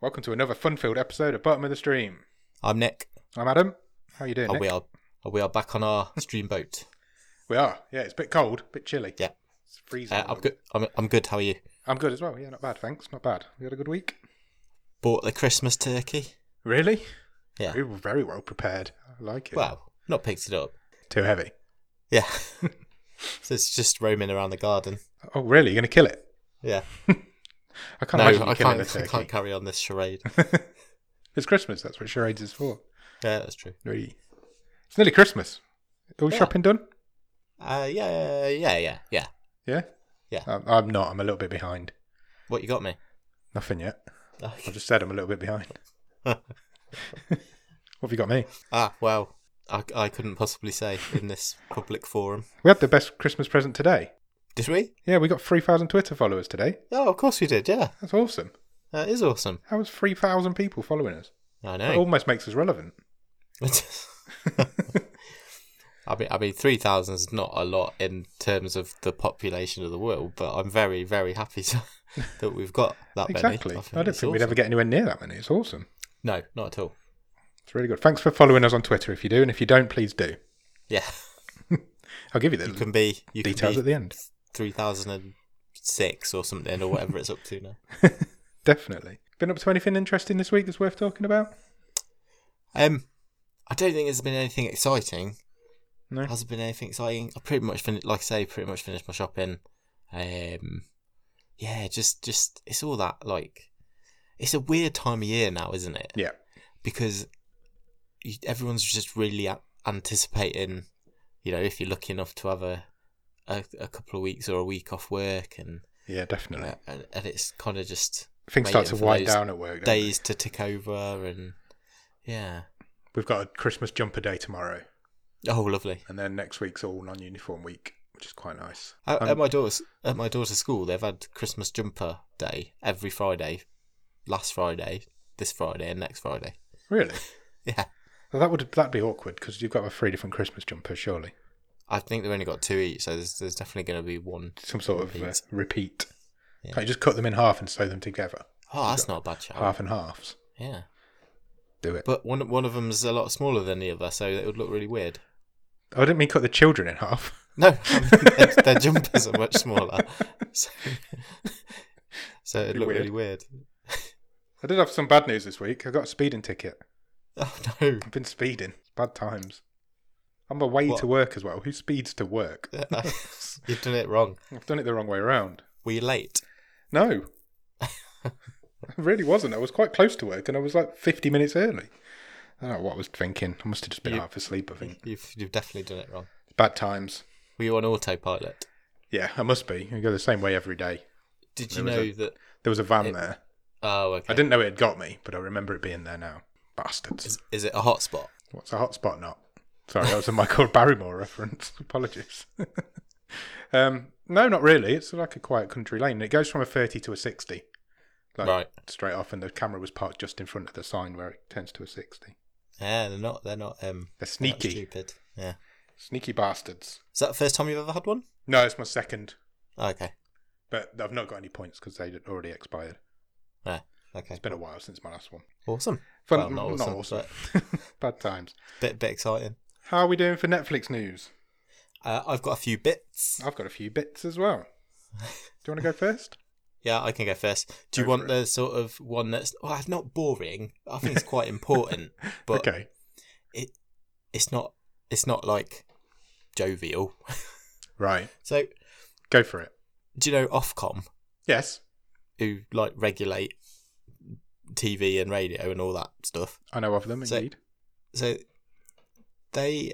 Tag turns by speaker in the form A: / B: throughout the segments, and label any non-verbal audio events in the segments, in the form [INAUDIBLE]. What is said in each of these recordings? A: Welcome to another fun-filled episode of Bottom of the Stream.
B: I'm Nick.
A: I'm Adam. How are you doing?
B: and
A: Nick?
B: we are and we are back on our stream boat.
A: We are. Yeah, it's a bit cold, a bit chilly.
B: Yeah.
A: It's freezing.
B: Uh, I'm good. I'm, I'm good. How are you?
A: I'm good as well. Yeah, not bad. Thanks. Not bad. You had a good week.
B: Bought the Christmas turkey.
A: Really?
B: Yeah.
A: We were very well prepared. I like it.
B: Well, not picked it up.
A: too heavy.
B: Yeah. [LAUGHS] so it's just roaming around the garden.
A: Oh, really? You're gonna kill it?
B: Yeah.
A: I can't
B: no,
A: imagine you
B: I
A: killing
B: can't.
A: a
B: I can't
A: turkey.
B: carry on this
A: [LAUGHS]
B: charade.
A: It's Christmas. That's what charades is for.
B: yeah, that's true.
A: Really? It's nearly Christmas. All
B: Yeah.
A: shopping done?
B: Uh, yeah, yeah, yeah, yeah.
A: Yeah.
B: Yeah.
A: Um, I'm not. I'm a little bit behind.
B: What you got me?
A: Nothing yet.
B: [LAUGHS]
A: I just said I'm a little bit behind. what have you got me?
B: ah, well, I, I couldn't possibly say in this public forum.
A: We had the best Christmas present today.
B: Did we?
A: Yeah, we got 3,000 Twitter followers today.
B: Oh, of course we did. Yeah,
A: That's awesome.
B: that is awesome.
A: That was 3,000 people following us.
B: I
A: It
B: know.
A: almost makes us relevant.
B: I mean, I mean, three thousand is not a lot in terms of the population of the world, but I'm very, very happy [LAUGHS] to, that we've got that many.
A: exactly. I, don't think
B: it's
A: we'd ever
B: awesome.
A: get anywhere near that many. It's awesome.
B: No, not at all.
A: It's really good. Thanks for following us on Twitter if you do, and if you don't, please do.
B: Yeah, [LAUGHS]
A: I'll give you
B: you
A: the
B: can be you
A: details
B: can
A: at
B: be
A: the end.
B: three thousand and six or something or whatever it's up to now.
A: Definitely. Been up to anything interesting this week that's worth talking about?
B: Um, I don't think there's been anything exciting.
A: No.
B: Has there been anything exciting? I pretty much finished, like I say, pretty much finished my shopping. Um, yeah, just, just it's all that like, it's a weird time of year now, isn't it?
A: Yeah.
B: Because you, everyone's just really a- anticipating. You know, if you're lucky enough to have a, a a couple of weeks or a week off work, and
A: Yeah, definitely.
B: and, and it's kind of just
A: Things start to
B: waiting for
A: wind
B: those
A: down at work. don't they?
B: days to tick over, and yeah.
A: We've got a Christmas jumper day tomorrow,
B: Oh, lovely.
A: and then next week's all non uniform week, which is quite nice.
B: At,
A: Um,
B: at my daughter's at my daughter's school, they've had Christmas jumper day every Friday, last Friday, this Friday, and next Friday.
A: Really?
B: [LAUGHS] Yeah,
A: Well, that would that'd be awkward because you've got a three different Christmas jumpers, surely.
B: I think they've only got two each, so there's, there's definitely going to be one.
A: Some sort of uh,
B: Repeat.
A: repeat.
B: Yeah.
A: Can't you just cut them in half and sew them together?
B: Oh, that's not a bad shout.
A: Half and halves.
B: Yeah,
A: Do it.
B: but one one of them's a lot smaller than the other, so it would look really weird.
A: I didn't mean cut the children in half. [LAUGHS]
B: No, [LAUGHS] I mean, their, their jumpers are much smaller, [LAUGHS] so, so it'd
A: Be
B: look
A: weird.
B: really weird.
A: I did have some bad news this week. I got a speeding ticket.
B: [LAUGHS] Oh no!
A: I've been speeding. It's bad times. On my way
B: What?
A: to work as well. Who speeds to
B: [LAUGHS]
A: work? [LAUGHS]
B: You've done it wrong.
A: I've done it the wrong way around.
B: Were you late?
A: No. I really wasn't. I was quite close to work and I was like 50 minutes early. I don't know what I was thinking. I must have just been
B: You-
A: half asleep, I think.
B: You've you've definitely done it wrong.
A: Bad times.
B: Were you on autopilot?
A: Yeah, I must be. I go the same way every day.
B: Did you
A: There was
B: know
A: a-
B: that?
A: There was a van
B: It-
A: there.
B: Oh, okay.
A: I didn't know it had got me, but I remember it being there now. Bastards.
B: Is, is it a hotspot?
A: What's a hotspot not? Sorry, that was a [LAUGHS] Michael Barrymore reference. [LAUGHS] Apologies. um, no, not really. It's like a quiet country lane. It goes from a 30 to a 60. Like,
B: Right.
A: Straight off, and the camera was parked just in front of the sign where it turns to a 60.
B: Yeah, they're not. They're not. Um,
A: They're
B: they're not
A: sneaky.
B: stupid. Yeah.
A: Sneaky bastards.
B: Is that the first time you've ever had one? Oh,
A: No, it's my second,
B: Okay.
A: but I've not got any points because they'd already expired.
B: Yeah. Okay.
A: It's been a while since my last one.
B: Awesome. Well,
A: Fun,
B: not
A: not,
B: awesome,
A: awesome. [LAUGHS] Bad times.
B: Bit bit exciting.
A: How are we doing for Netflix news?
B: Uh, I've got a few bits.
A: I've got a few bits as
B: [LAUGHS]
A: well. Do you want to go first?
B: Yeah, I can go first. Do you
A: Go
B: want
A: for
B: the sort of one that's well, not boring? I think it's
A: [LAUGHS]
B: quite important, but
A: okay.
B: it's not. It's not like jovial.
A: Right.
B: So,
A: Go for it.
B: do you know Ofcom,
A: Yes.
B: who like regulate TV and radio and all that stuff?
A: I know of them,
B: So-
A: indeed.
B: so they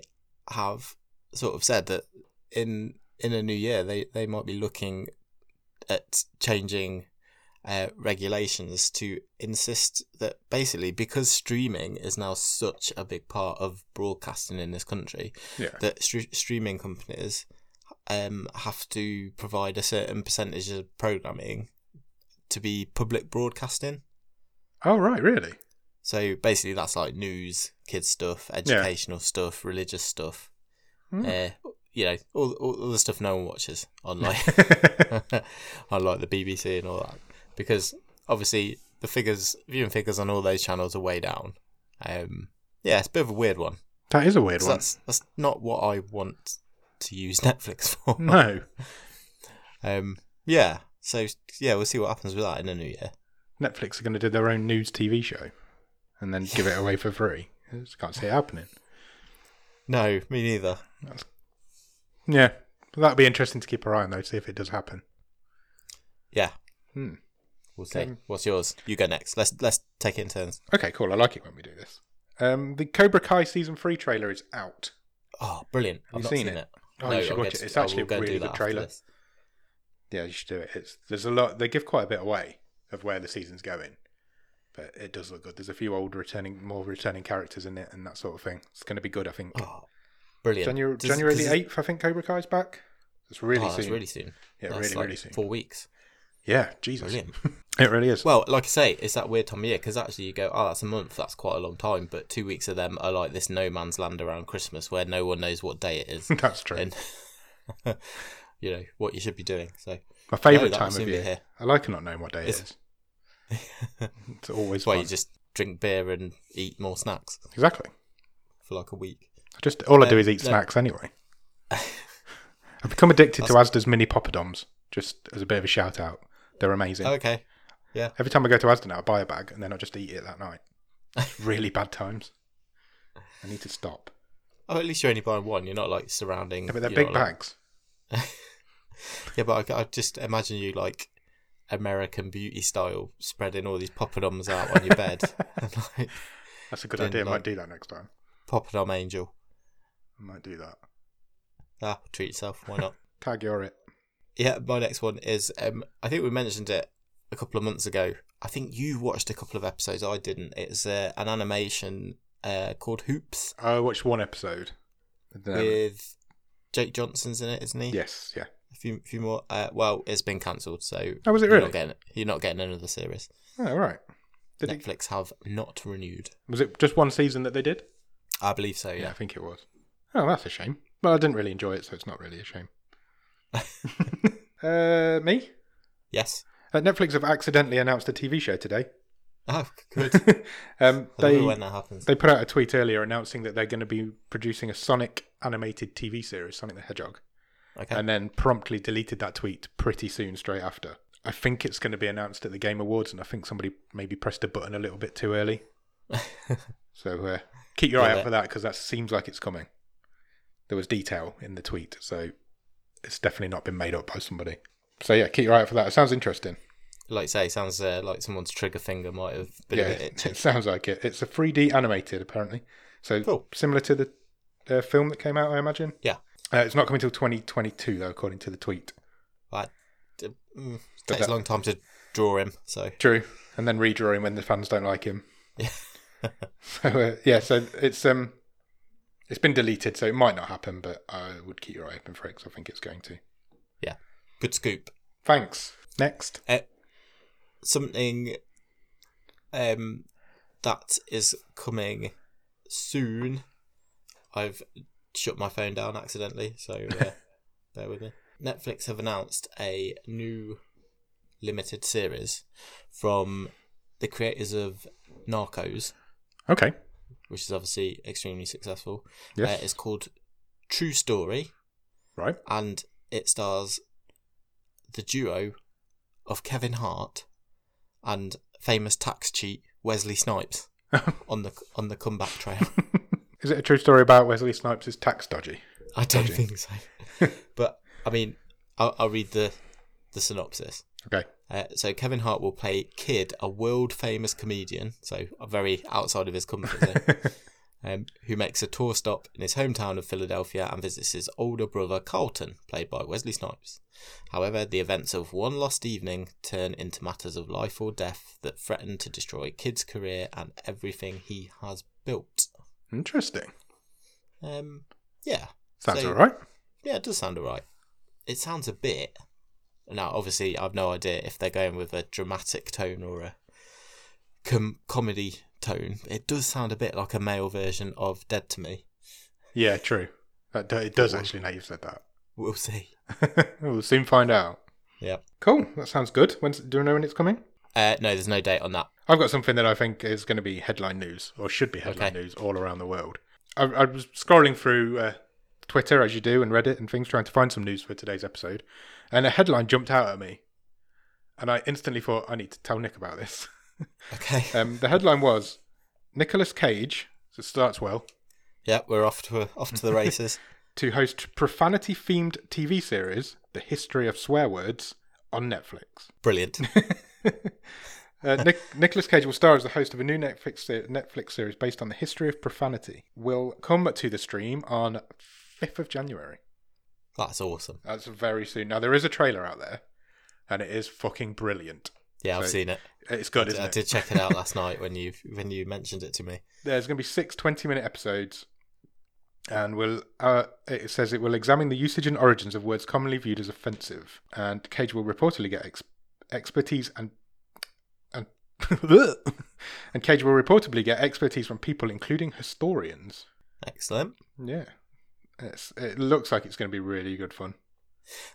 B: have sort of said that in in a new year they they might be looking at changing uh, regulations to insist that basically because streaming is now such a big part of broadcasting in this country
A: yeah.
B: that stre streaming companies um, have to provide a certain percentage of programming to be public broadcasting
A: Oh, right.
B: [LAUGHS]
A: Really?
B: so basically, that's like news, kids stuff, educational stuff, religious stuff.
A: Hmm.
B: Uh, you know, all, all, all the stuff no one watches [LAUGHS] on like on like the BBC and all that, because obviously the figures, viewing figures on all those channels are way down. Um, yeah, it's a bit of a weird one.
A: That is a weird
B: 'Cause
A: one.
B: That's that's not what I want to use [LAUGHS] Netflix for.
A: No,
B: Um, yeah. So yeah, we'll see what happens with that in the new year.
A: Netflix are going to do their own news TV show, and then give it away for free. I just can't see it happening.
B: No, me neither.
A: Yeah, but that'd be interesting to keep our eye on though, see if it does happen.
B: Yeah.
A: Hmm.
B: We'll see. What's yours? You go next. Let's let's take it in turns.
A: Okay, cool. I like it when we do this. Um, the Cobra Kai season three trailer is out.
B: Oh, brilliant!
A: Have
B: I've
A: you
B: not
A: seen
B: seen,
A: it?
B: it.
A: Oh,
B: No,
A: you should
B: I'll
A: watch
B: get
A: it.
B: to-
A: It's
B: I will
A: actually a
B: go and do
A: really
B: that
A: good
B: after
A: trailer.
B: this.
A: Yeah, you should do it. It's there's a lot. They give quite a bit away of where the season's going, but it does look good. There's a few old returning, more returning characters in it, and that sort of thing. It's going to be good, I think.
B: Oh, brilliant!
A: January
B: Does-
A: January
B: does
A: the
B: it-
A: eighth, I think Cobra Kai's back. It's really
B: oh, that's
A: soon.
B: really soon.
A: yeah,
B: That's
A: really,
B: like
A: really soon.
B: Four weeks.
A: Yeah, Jesus,
B: Brilliant.
A: [LAUGHS] it really is.
B: Well, like I say, it's that weird time of year because actually you go, oh, that's a month, that's quite a long time, but two weeks of them are like this no man's land around Christmas where no one knows what day
A: [LAUGHS]
B: it is
A: That's true.
B: and you know what you should be doing. So
A: My favourite
B: that will
A: time
B: soon
A: of
B: be
A: year.
B: here.
A: I like not knowing what day it
B: It's-
A: is.
B: [LAUGHS]
A: It's always
B: that's why
A: fun.
B: you just drink beer and eat more snacks
A: exactly.
B: for like a week.
A: I just all I do
B: Um,
A: is eat
B: no.
A: snacks anyway. [LAUGHS] I've become addicted to Asda's mini poppadoms. Just as a bit of a shout out, they're amazing.
B: Okay.
A: Every time I go to Asda now, I buy a bag and then I just eat it that
B: [LAUGHS]
A: night. It's really bad times. I need to stop.
B: Oh, at least you're only buying one. You're not like surrounding.
A: Yeah, but they're
B: you're
A: big
B: not, like-
A: bags.
B: [LAUGHS] Yeah, but I, I just imagine you like American beauty style spreading all these poppadoms out on your bed,
A: [LAUGHS]
B: [LAUGHS] and, like
A: That's a good
B: Then,
A: idea. I might
B: like-
A: do that next time.
B: poppadom angel.
A: I might do that.
B: Ah, treat yourself. Why not?
A: Tag your it.
B: yeah, my next one is. Um, I think we mentioned it a couple of months ago. I think you watched a couple of episodes. I didn't. It's uh, an animation uh, called Hoops
A: I watched one episode. And then-
B: with Jake Johnson's in it, isn't he?
A: yes, Um, yeah.
B: A few, few more. Uh, well, it's been cancelled, so
A: Oh, was it
B: you're
A: really?
B: not getting you're not getting another series.
A: Oh, all right. Did it,
B: Netflix have not renewed.
A: was it just one season that they did?
B: I believe so.
A: Yeah, I
B: Yeah.
A: think it was. Oh, that's a shame. Well, I didn't really enjoy it, so it's not really a [LAUGHS] shame. uh, me?
B: Yes.
A: Uh, Netflix have accidentally announced a TV show today.
B: Oh, [LAUGHS] good.
A: [LAUGHS] um,
B: I don't
A: they
B: know when that happens.
A: they put out a tweet earlier announcing that they're going to be producing a Sonic animated TV series, Sonic the Hedgehog,
B: Okay.
A: and then promptly deleted that tweet pretty soon straight after. I think it's going to be announced at the Game Awards, and I think somebody maybe pressed a button a little bit too
B: [LAUGHS]
A: early. so uh, keep your eye
B: Got
A: out
B: it.
A: for that because that seems like it's coming. There was detail in the tweet, so it's definitely not been made up by somebody. So yeah, keep your eye out for that. It sounds interesting.
B: like you say, sounds uh, like someone's trigger finger might have been
A: yeah,
B: a bit
A: it, [LAUGHS]
B: itchy.
A: it sounds like it. It's a 3D animated, apparently. So
B: Cool.
A: similar to the uh, film that came out, I imagine.
B: Yeah.
A: Uh, it's not coming till 2022, though, according to the tweet.
B: But it mm,
A: But
B: takes
A: that-
B: a long time to draw him. So
A: True. And then redrawing when the fans don't like
B: [LAUGHS]
A: him. so uh, yeah, so it's um, it's been deleted, so it might not happen, but I would keep your eye open for it 'cause I think it's going to.
B: yeah, good scoop.
A: Thanks. Next.
B: uh, Something um that is coming soon. I've shut my phone down accidentally, so uh, bear with me. Netflix have announced a new limited series from the creators of Narcos,
A: Okay.
B: which is obviously extremely successful.
A: Yes.
B: Uh, it's called True Story,
A: right.
B: and it stars the duo of Kevin Hart and famous tax cheat Wesley Snipes on the on the comeback trail.
A: Is it a true story about Wesley Snipes' tax dodgy?
B: I don't
A: Dodgy.
B: think so, but I mean, I'll, I'll read the the synopsis.
A: Okay.
B: Uh, so Kevin Hart will play Kid, a world famous comedian, so very outside of his comfort zone, um, who makes a tour stop in his hometown of Philadelphia and visits his older brother Carlton, played by Wesley Snipes. However, the events of one lost evening turn into matters of life or death that threaten to destroy Kid's career and everything he has built.
A: Interesting.
B: Um, yeah,
A: Sounds
B: So-
A: all right.
B: yeah, it does sound alright. It sounds a bit. Now, obviously, I've no idea if they're going with a dramatic tone or a com- comedy tone. It does sound a bit like a male version of Dead to Me.
A: Yeah, true. That do- it does actually. Now you've said
B: We'll see.
A: that, [LAUGHS] we'll soon find out.
B: Yeah.
A: Cool. That sounds good. When's, do we know when it's coming?
B: Uh, no, there's no date on that.
A: I've got something that I think is going to be headline news, or should be headline
B: Okay.
A: news, all around the world. I, I was scrolling through uh, Twitter, as you do, and Reddit and things, trying to find some news for today's episode, and a headline jumped out at me, and I instantly thought, I need to tell Nick about this. [LAUGHS]
B: Okay. [LAUGHS]
A: Um, the headline was Nicolas Cage, so it starts well,
B: yeah, we're off to off to the
A: [LAUGHS]
B: races.
A: to host profanity themed TV series, The History of Swear Words, on Netflix.
B: Brilliant.
A: Uh, Nic- Nicholas Cage will star as the host of a new Netflix se- Netflix series based on the history of profanity. Will come to the stream on fifth of January.
B: That's awesome.
A: That's very soon. Now there is a trailer out there, and it is fucking brilliant.
B: Yeah, I've
A: So,
B: seen it.
A: It's good,
B: I
A: isn't
B: did
A: it?
B: check it out
A: [LAUGHS]
B: last night when you when you mentioned it to me.
A: There's going to be six 20 minute episodes, and will uh, it says it will examine the usage and origins of words commonly viewed as offensive. And Cage will reportedly get ex- expertise and and [LAUGHS] and Cage will reportedly get expertise from people including historians.
B: Excellent.
A: Yeah. It's, it looks like it's going to be really good fun.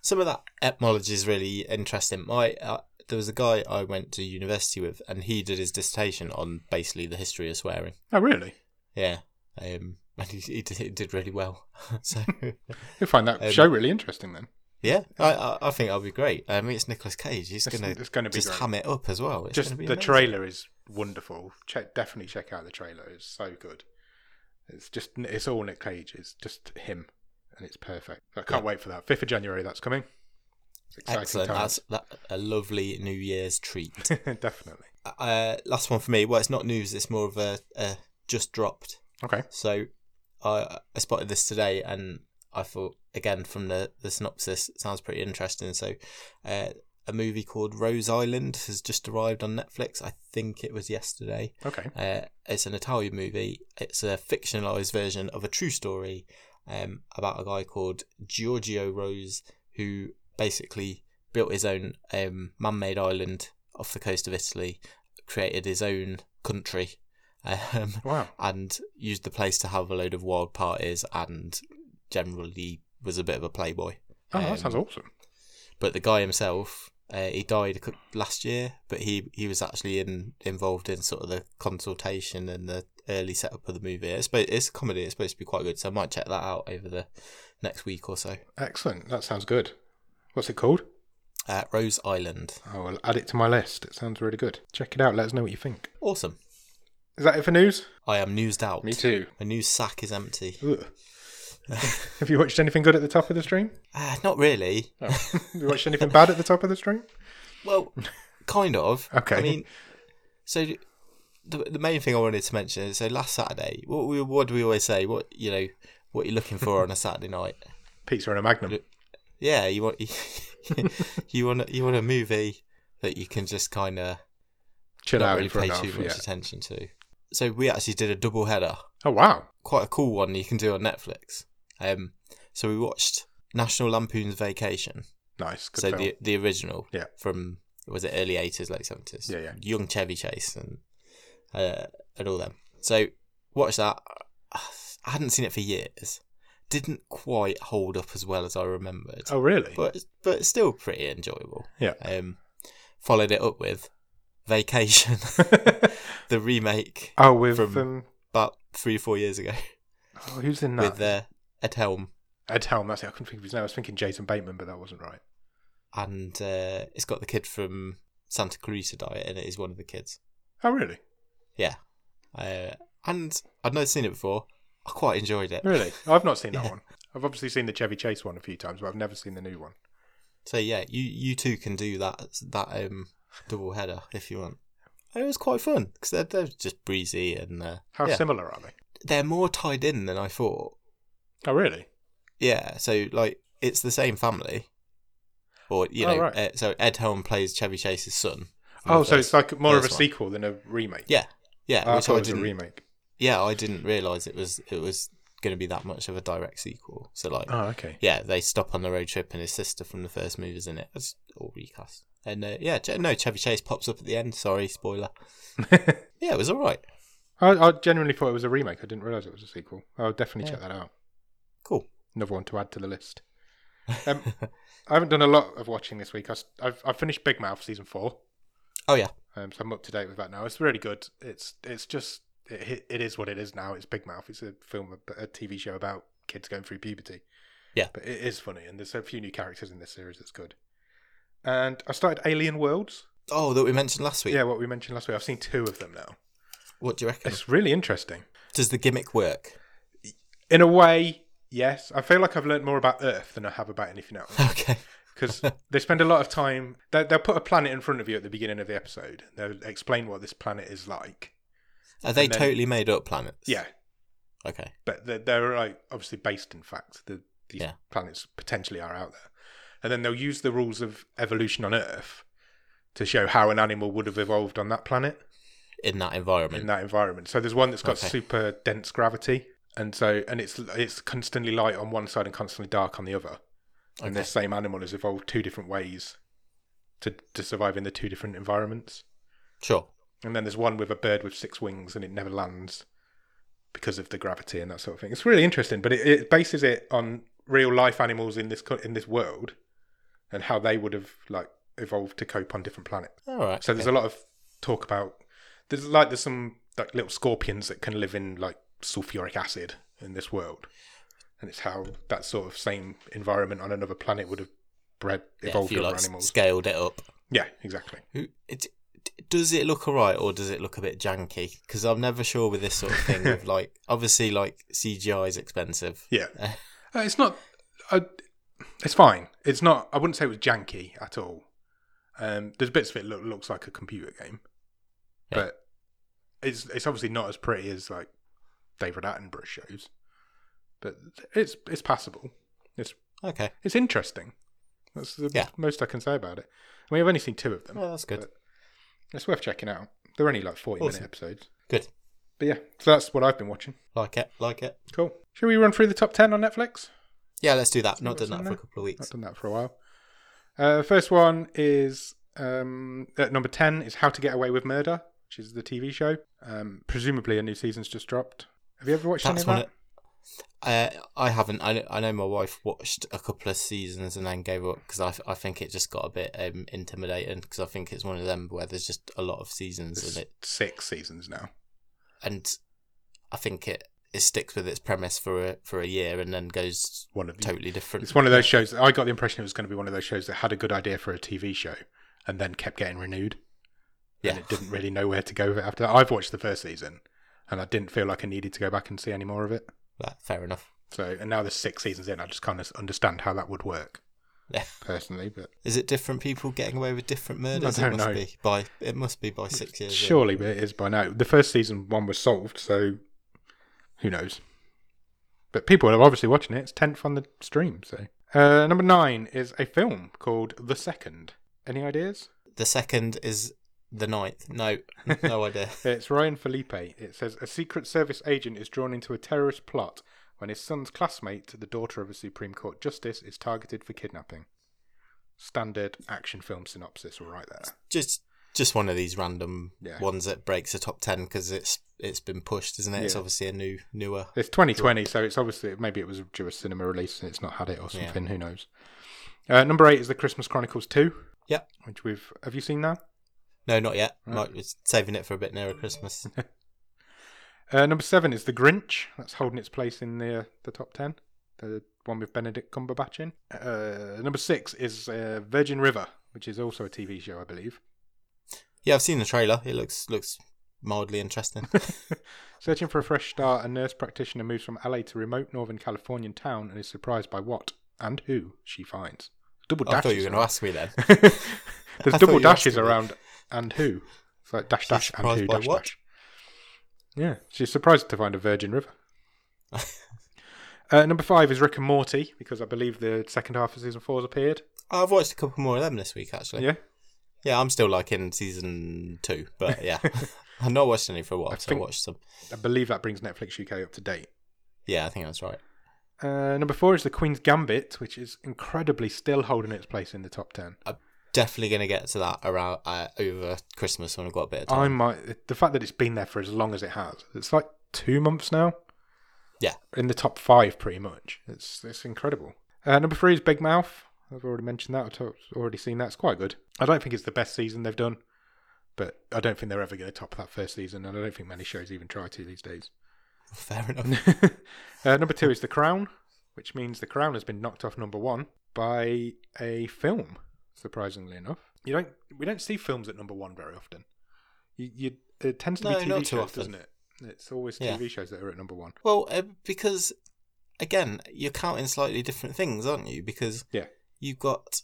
B: Some of that etymology is really interesting. My uh, there was a guy I went to university with, and he did his dissertation on basically the history of swearing.
A: Oh, really?
B: Yeah, um, [LAUGHS] and he, he, did, he did really well. [LAUGHS] so
A: You'll find that
B: Um,
A: show really interesting then.
B: yeah, I, I, I think that'll be great. I mean, it's Nicolas Cage. He's
A: It's,
B: gonna
A: it's going to be
B: just
A: great.
B: ham it up as well. It's
A: Just the
B: gonna be amazing.
A: trailer is wonderful. Check definitely check out the trailer. It's so good. It's just it's all Nick Cage. It's just him, and it's perfect. I can't wait for that. Fifth of January, that's coming. It's exciting
B: Excellent.
A: times.
B: That's that, a lovely New Year's treat.
A: [LAUGHS] definitely.
B: uh, last one for me. Well, it's not news. It's more of a, a just dropped.
A: Okay.
B: So I, I spotted this today and I thought, again, from the, the synopsis, it sounds pretty interesting. So uh, a movie called Rose Island has just arrived on Netflix. I think it was yesterday.
A: Okay.
B: Uh, it's an Italian movie. It's a fictionalized version of a true story um, about a guy called Giorgio Rose who basically built his own um, man-made island off the coast of Italy, created his own country. Um, [LAUGHS]
A: Wow.
B: and used the place to have a load of wild parties and generally was a bit of a playboy.
A: Oh,
B: Um,
A: that sounds awesome.
B: But the guy himself, uh, he died a cou- last year, but he, he was actually in, involved in sort of the consultation and the early setup of the movie. It's, spo- it's a comedy, it's supposed to be quite good, so I might check that out over the next week or so.
A: Excellent. That sounds good. What's it called?
B: Uh, Rose Island.
A: I will add it to my list. It sounds really good. Check it out. Let us know what you think.
B: Awesome.
A: Is that it for news?
B: I am newsed out.
A: too.
B: My news sack is empty.
A: Ugh. Have you watched anything good at the top of the
B: [LAUGHS]
A: stream? Oh.
B: Uh, not really.
A: Have you watched anything bad at the top of the stream? [LAUGHS]
B: Well, kind of.
A: Okay.
B: I mean, so the, the main thing I wanted to mention is so last Saturday, what we what do we always say? What you know, what you're looking for on a Saturday night?
A: Pizza and a Magnum.
B: Yeah, you want [LAUGHS] you want you want a movie that you can just kind of
A: Chill
B: not
A: out
B: really
A: for
B: pay
A: an
B: too
A: half.
B: much
A: Yeah.
B: attention to. So we actually did a double header,
A: Oh wow.
B: quite a cool one you can do on Netflix. Um, so we watched National Lampoon's Vacation.
A: Nice. Good
B: so
A: film.
B: the the original
A: Yeah.
B: from was it early 80s late 70s
A: Yeah, yeah.
B: young chevy chase and uh, and all them so watch that [SIGHS] i hadn't seen it for years didn't quite hold up as well as i remembered
A: Oh really?
B: but but still pretty enjoyable
A: Yeah.
B: um followed it up with
A: [LAUGHS]
B: vacation the remake
A: oh, with
B: from-
A: um,
B: about three or four years ago
A: oh, who's in that?
B: with uh, ed helm
A: Ed Helm. That's it. I couldn't think of his name. I was thinking Jason Bateman, but that wasn't right.
B: and uh, it's got the kid from santa clarita diet and it is one of the kids
A: Oh really?
B: Yeah. Uh, and I'd never seen it before. I quite enjoyed it. [LAUGHS]
A: Really? I've not seen that
B: Yeah.
A: one. I've obviously seen the Chevy Chase one a few times, but I've never seen the new one.
B: So yeah, you you two can do that that um double header if you want. And it was quite fun because they're, they're just breezy and uh,
A: How
B: yeah.
A: similar are they?
B: they're more tied in than I thought.
A: Oh really?
B: Yeah. So like it's the same family, or you
A: Oh,
B: know,
A: right.
B: uh, so Ed Helm plays Chevy Chase's son. in the
A: Oh, so it's
B: first-
A: like more of a
B: first one.
A: sequel than a remake.
B: yeah, yeah.
A: Oh, I
B: which
A: thought
B: I
A: it was a
B: didn't.
A: remake.
B: yeah, I didn't realize it was it was going to be that much of a direct sequel. So like,
A: Oh okay.
B: yeah, they stop on the road trip, and his sister from the first movie is in it. That's all recast. And uh, yeah, Ch- no, Chevy Chase pops up at the end.
A: [LAUGHS]
B: Sorry, spoiler. Yeah, it was all right.
A: I, I genuinely thought it was a remake. I didn't realize it was a sequel. I'll definitely check that out.
B: Cool.
A: Another one to add to the
B: [LAUGHS]
A: list. Um, I haven't done a lot of watching this week. I, have I've finished Big Mouth season four.
B: Oh yeah.
A: Um, so I'm up to date with that now. It's really good. It's it's just it, it is what it is now. It's Big Mouth. It's a film, a TV show about kids going through puberty.
B: Yeah.
A: but it is funny, and there's a few new characters in this series that's good. And I started Alien Worlds.
B: Oh, that we mentioned last week.
A: Yeah, what we mentioned last week. I've seen two of them now.
B: What do you reckon?
A: It's really interesting.
B: Does the gimmick work? [LAUGHS]
A: In a way, yes. I feel like I've learned more about Earth than I have about anything else.
B: Okay. [LAUGHS]
A: because they spend a lot of time. They, they'll put a planet in front of you at the beginning of the episode. They'll explain what this planet is like.
B: Are they
A: And then-
B: totally made up planets?
A: Yeah,
B: Okay.
A: but they're, they're like obviously based in fact. The, these
B: Yeah.
A: planets potentially are out there, and then they'll use the rules of evolution on Earth to show how an animal would have evolved on that planet
B: In that environment.
A: in that environment. So there's one that's got
B: Mm. Okay.
A: super dense gravity, and so and it's it's constantly light on one side and constantly dark on the other. And
B: Okay.
A: this same animal has evolved two different ways to to survive in the two different environments.
B: Sure.
A: And then there's one with a bird with six wings and it never lands because of the gravity and that sort of thing. It's really interesting, but it, it bases it on real life animals in this co- in this world and how they would have like evolved to cope on different planets.
B: All right.
A: So there's a lot of talk about there's like there's some like little scorpions that can live in like sulfuric acid in this world. And it's how that sort of same environment on another planet would have bred
B: yeah, if
A: evolved
B: you
A: other
B: like s-
A: animals.
B: scaled it up.
A: Yeah, exactly.
B: Who- It, it- does it look alright or does it look a bit janky? Because I'm never sure with this sort of thing.
A: [LAUGHS]
B: of like, obviously, like CGI is expensive.
A: Yeah,
B: [LAUGHS] Uh.
A: uh, it's not. Uh, it's fine. It's not. I wouldn't say it was janky at all. Um, there's bits of it look, looks like a computer game,
B: Yeah.
A: but it's it's obviously not as pretty as like David Attenborough shows. But it's it's passable.
B: Okay.
A: It's interesting. That's the
B: Yeah.
A: most I can say about it. I mean, I've only seen two of them.
B: Well, that's good.
A: It's worth checking out. They're only like forty
B: Awesome.
A: minute episodes.
B: Good.
A: But yeah, so that's what I've been watching.
B: Like it. Like it.
A: Cool. Shall we run through the top ten on Netflix?
B: Yeah, let's do that. Not
A: what's
B: done
A: in
B: that for a
A: there.
B: couple of weeks.
A: I've done that for a while. Uh, first one is um, at number 10 is How to Get Away with Murder, which is the TV show. Um, presumably a new season's just dropped. Have you ever watched
B: That's
A: any of
B: one.
A: that?
B: Uh, I haven't. I, kn- I know my wife watched a couple of seasons and then gave up because I, th- I think it just got a bit um, intimidating because I think it's one of them where there's just a lot of seasons
A: There's
B: and it
A: six seasons now.
B: and I think it, it sticks with its premise for a for a year and then goes
A: One of the,
B: totally different.
A: It's one of those shows. I got the impression it was going to be one of those shows that had a good idea for a TV show and then kept getting renewed.
B: yeah.
A: And it didn't really know where to go with it after that. I've watched the first season and I didn't feel like I needed to go back and see any more of it.
B: Right, fair enough.
A: So, and now there's six seasons in. I just kind of understand how that would work
B: Yeah.
A: personally, but
B: Is it different people getting away with different murders?
A: don't
B: it must
A: know.
B: be by it must be by six years. in.
A: Surely, but it is by now. The first season one was solved, so who knows? But people are obviously watching it. It's tenth on the stream. So uh, number nine is a film called The Second. Any ideas?
B: The second is the ninth. No,
A: [LAUGHS]
B: no idea.
A: It's Ryan Felipe. It says a Secret Service agent is drawn into a terrorist plot when his son's classmate, the daughter of a Supreme Court justice, is targeted for kidnapping. Standard action film synopsis, right there.
B: just just one of these random
A: Yeah.
B: ones that breaks the top 10 because it's it's been pushed isn't it it's
A: Yeah.
B: obviously a new newer
A: It's 2020, so it's obviously maybe it was due a cinema release and it's not had it or
B: Yeah.
A: something. Who knows? Uh, number eight is the Christmas Chronicles two.
B: Yeah.
A: which we've have you seen now?
B: no not yet
A: Right.
B: might be saving it for a bit nearer christmas [LAUGHS]
A: Uh, number seven is the Grinch. That's holding its place in the uh, the top ten. The one with Benedict Cumberbatch in. Uh, number six is uh, Virgin River, which is also a TV show, I believe.
B: yeah i've seen the trailer it looks looks
A: [LAUGHS]
B: mildly interesting
A: Searching for a fresh start, a nurse practitioner moves from LA to remote Northern Californian town and is surprised by what and who she finds. Double
B: i thought
A: dashes
B: you were
A: on
B: going to ask me then
A: There's
B: thought
A: double
B: you asked
A: dashes
B: me.
A: around and who. It's like dash
B: She's
A: dash and
B: surprised
A: who
B: by
A: dash
B: what?
A: dash. Yeah, she's surprised to find a virgin river. uh, number five is Rick and Morty because I believe the second half of season four has appeared.
B: i've watched a couple more of them this week actually yeah,
A: Yeah,
B: i'm still like in season two
A: [LAUGHS]
B: but yeah [LAUGHS] i've not watched any for a while so
A: think-
B: i watched some
A: I believe that brings Netflix UK up to date.
B: yeah i think that's right
A: Uh, number four is The Queen's Gambit, which is incredibly still holding its place in the top ten.
B: definitely going to get to that around uh, over christmas when i've got a bit of time
A: I might the fact that it's been there for as long as it has. It's like two months now.
B: Yeah.
A: in the top five, pretty much. It's it's incredible. Uh, number three is Big Mouth. I've already mentioned that. I've t- already seen that. It's quite good. I don't think it's the best season they've done. But I don't think they're ever going to top that first season, and I don't think many shows even try to these days.
B: [LAUGHS] Fair enough.
A: uh, number two is The Crown, which means The Crown has been knocked off number one by a film. Surprisingly enough, you don't we don't see films at number one very often. You, you it tends to
B: No,
A: be
B: not
A: TV
B: too
A: shows,
B: often.
A: doesn't it? It's always
B: Yeah.
A: TV shows that are at number one.
B: Well, uh, because again, you're counting slightly different things, aren't you? Because
A: Yeah.
B: you've got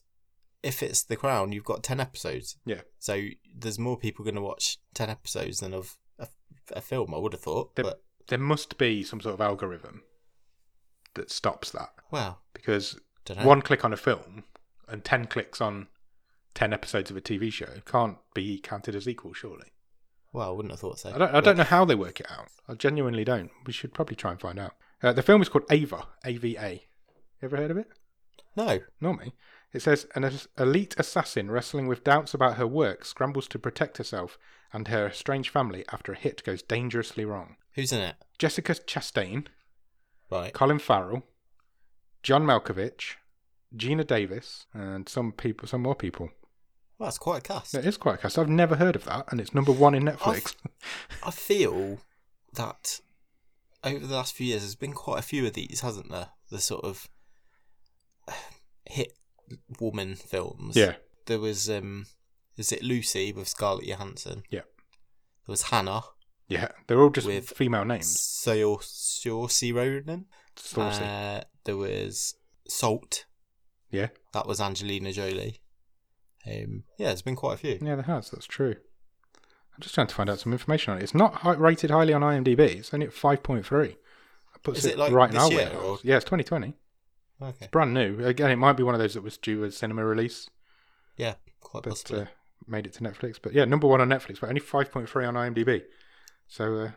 B: if it's The Crown, you've got ten episodes.
A: Yeah.
B: So there's more people going to watch ten episodes than of a, a film. I would have thought,
A: There-
B: but
A: There must be some sort of algorithm that stops that
B: well,
A: because
B: don't know.
A: one click on a film and 10 clicks on 10 episodes of a TV show can't be counted as equal, surely.
B: Well, I wouldn't have thought so.
A: I don't, I
B: but-
A: don't know how they work it out. I genuinely don't. We should probably try and find out. Uh, the film is called Ava, AVA. Ever heard of it?
B: No.
A: Not me. It says an as- elite assassin wrestling with doubts about her work scrambles to protect herself and her estranged family after a hit goes dangerously wrong.
B: Who's in it?
A: Jessica Chastain,
B: Right.
A: Colin Farrell, John Malkovich, Gina Davis, and some people, some more people.
B: Well, that's quite a cast.
A: It is quite a cast. I've never heard of that, and it's number one in Netflix.
B: I feel that over the last few years, there's been quite a few of these, hasn't there? The sort of [SIGHS] hit woman
A: [LAUGHS]
B: films.
A: yeah,
B: There was, um, is it Lucy with Scarlett Johansson?
A: Yeah.
B: There was Hannah,
A: yeah. They're all just
B: With-
A: female names.
B: Sayo- Saoirse Ronan.
A: Saucy.
B: Uh, there was Salt.
A: yeah,
B: That was Angelina Jolie. Um, yeah, there's been quite a few.
A: yeah, there has. That's true. I'm just trying to find out some information on it. It's not hi- rated highly on IMDb. It's only at 5.3. That puts
B: Is it, like,
A: right in
B: this
A: our
B: year,
A: wheelhouse.
B: or-
A: Yeah, it's 2020.
B: Okay.
A: Brand new. Again, it might be one of those that was due a cinema release,
B: Yeah, quite
A: but
B: Oh, possibly.
A: uh, made it to Netflix. But yeah, number one on Netflix, but only 5.3 on IMDb. So uh,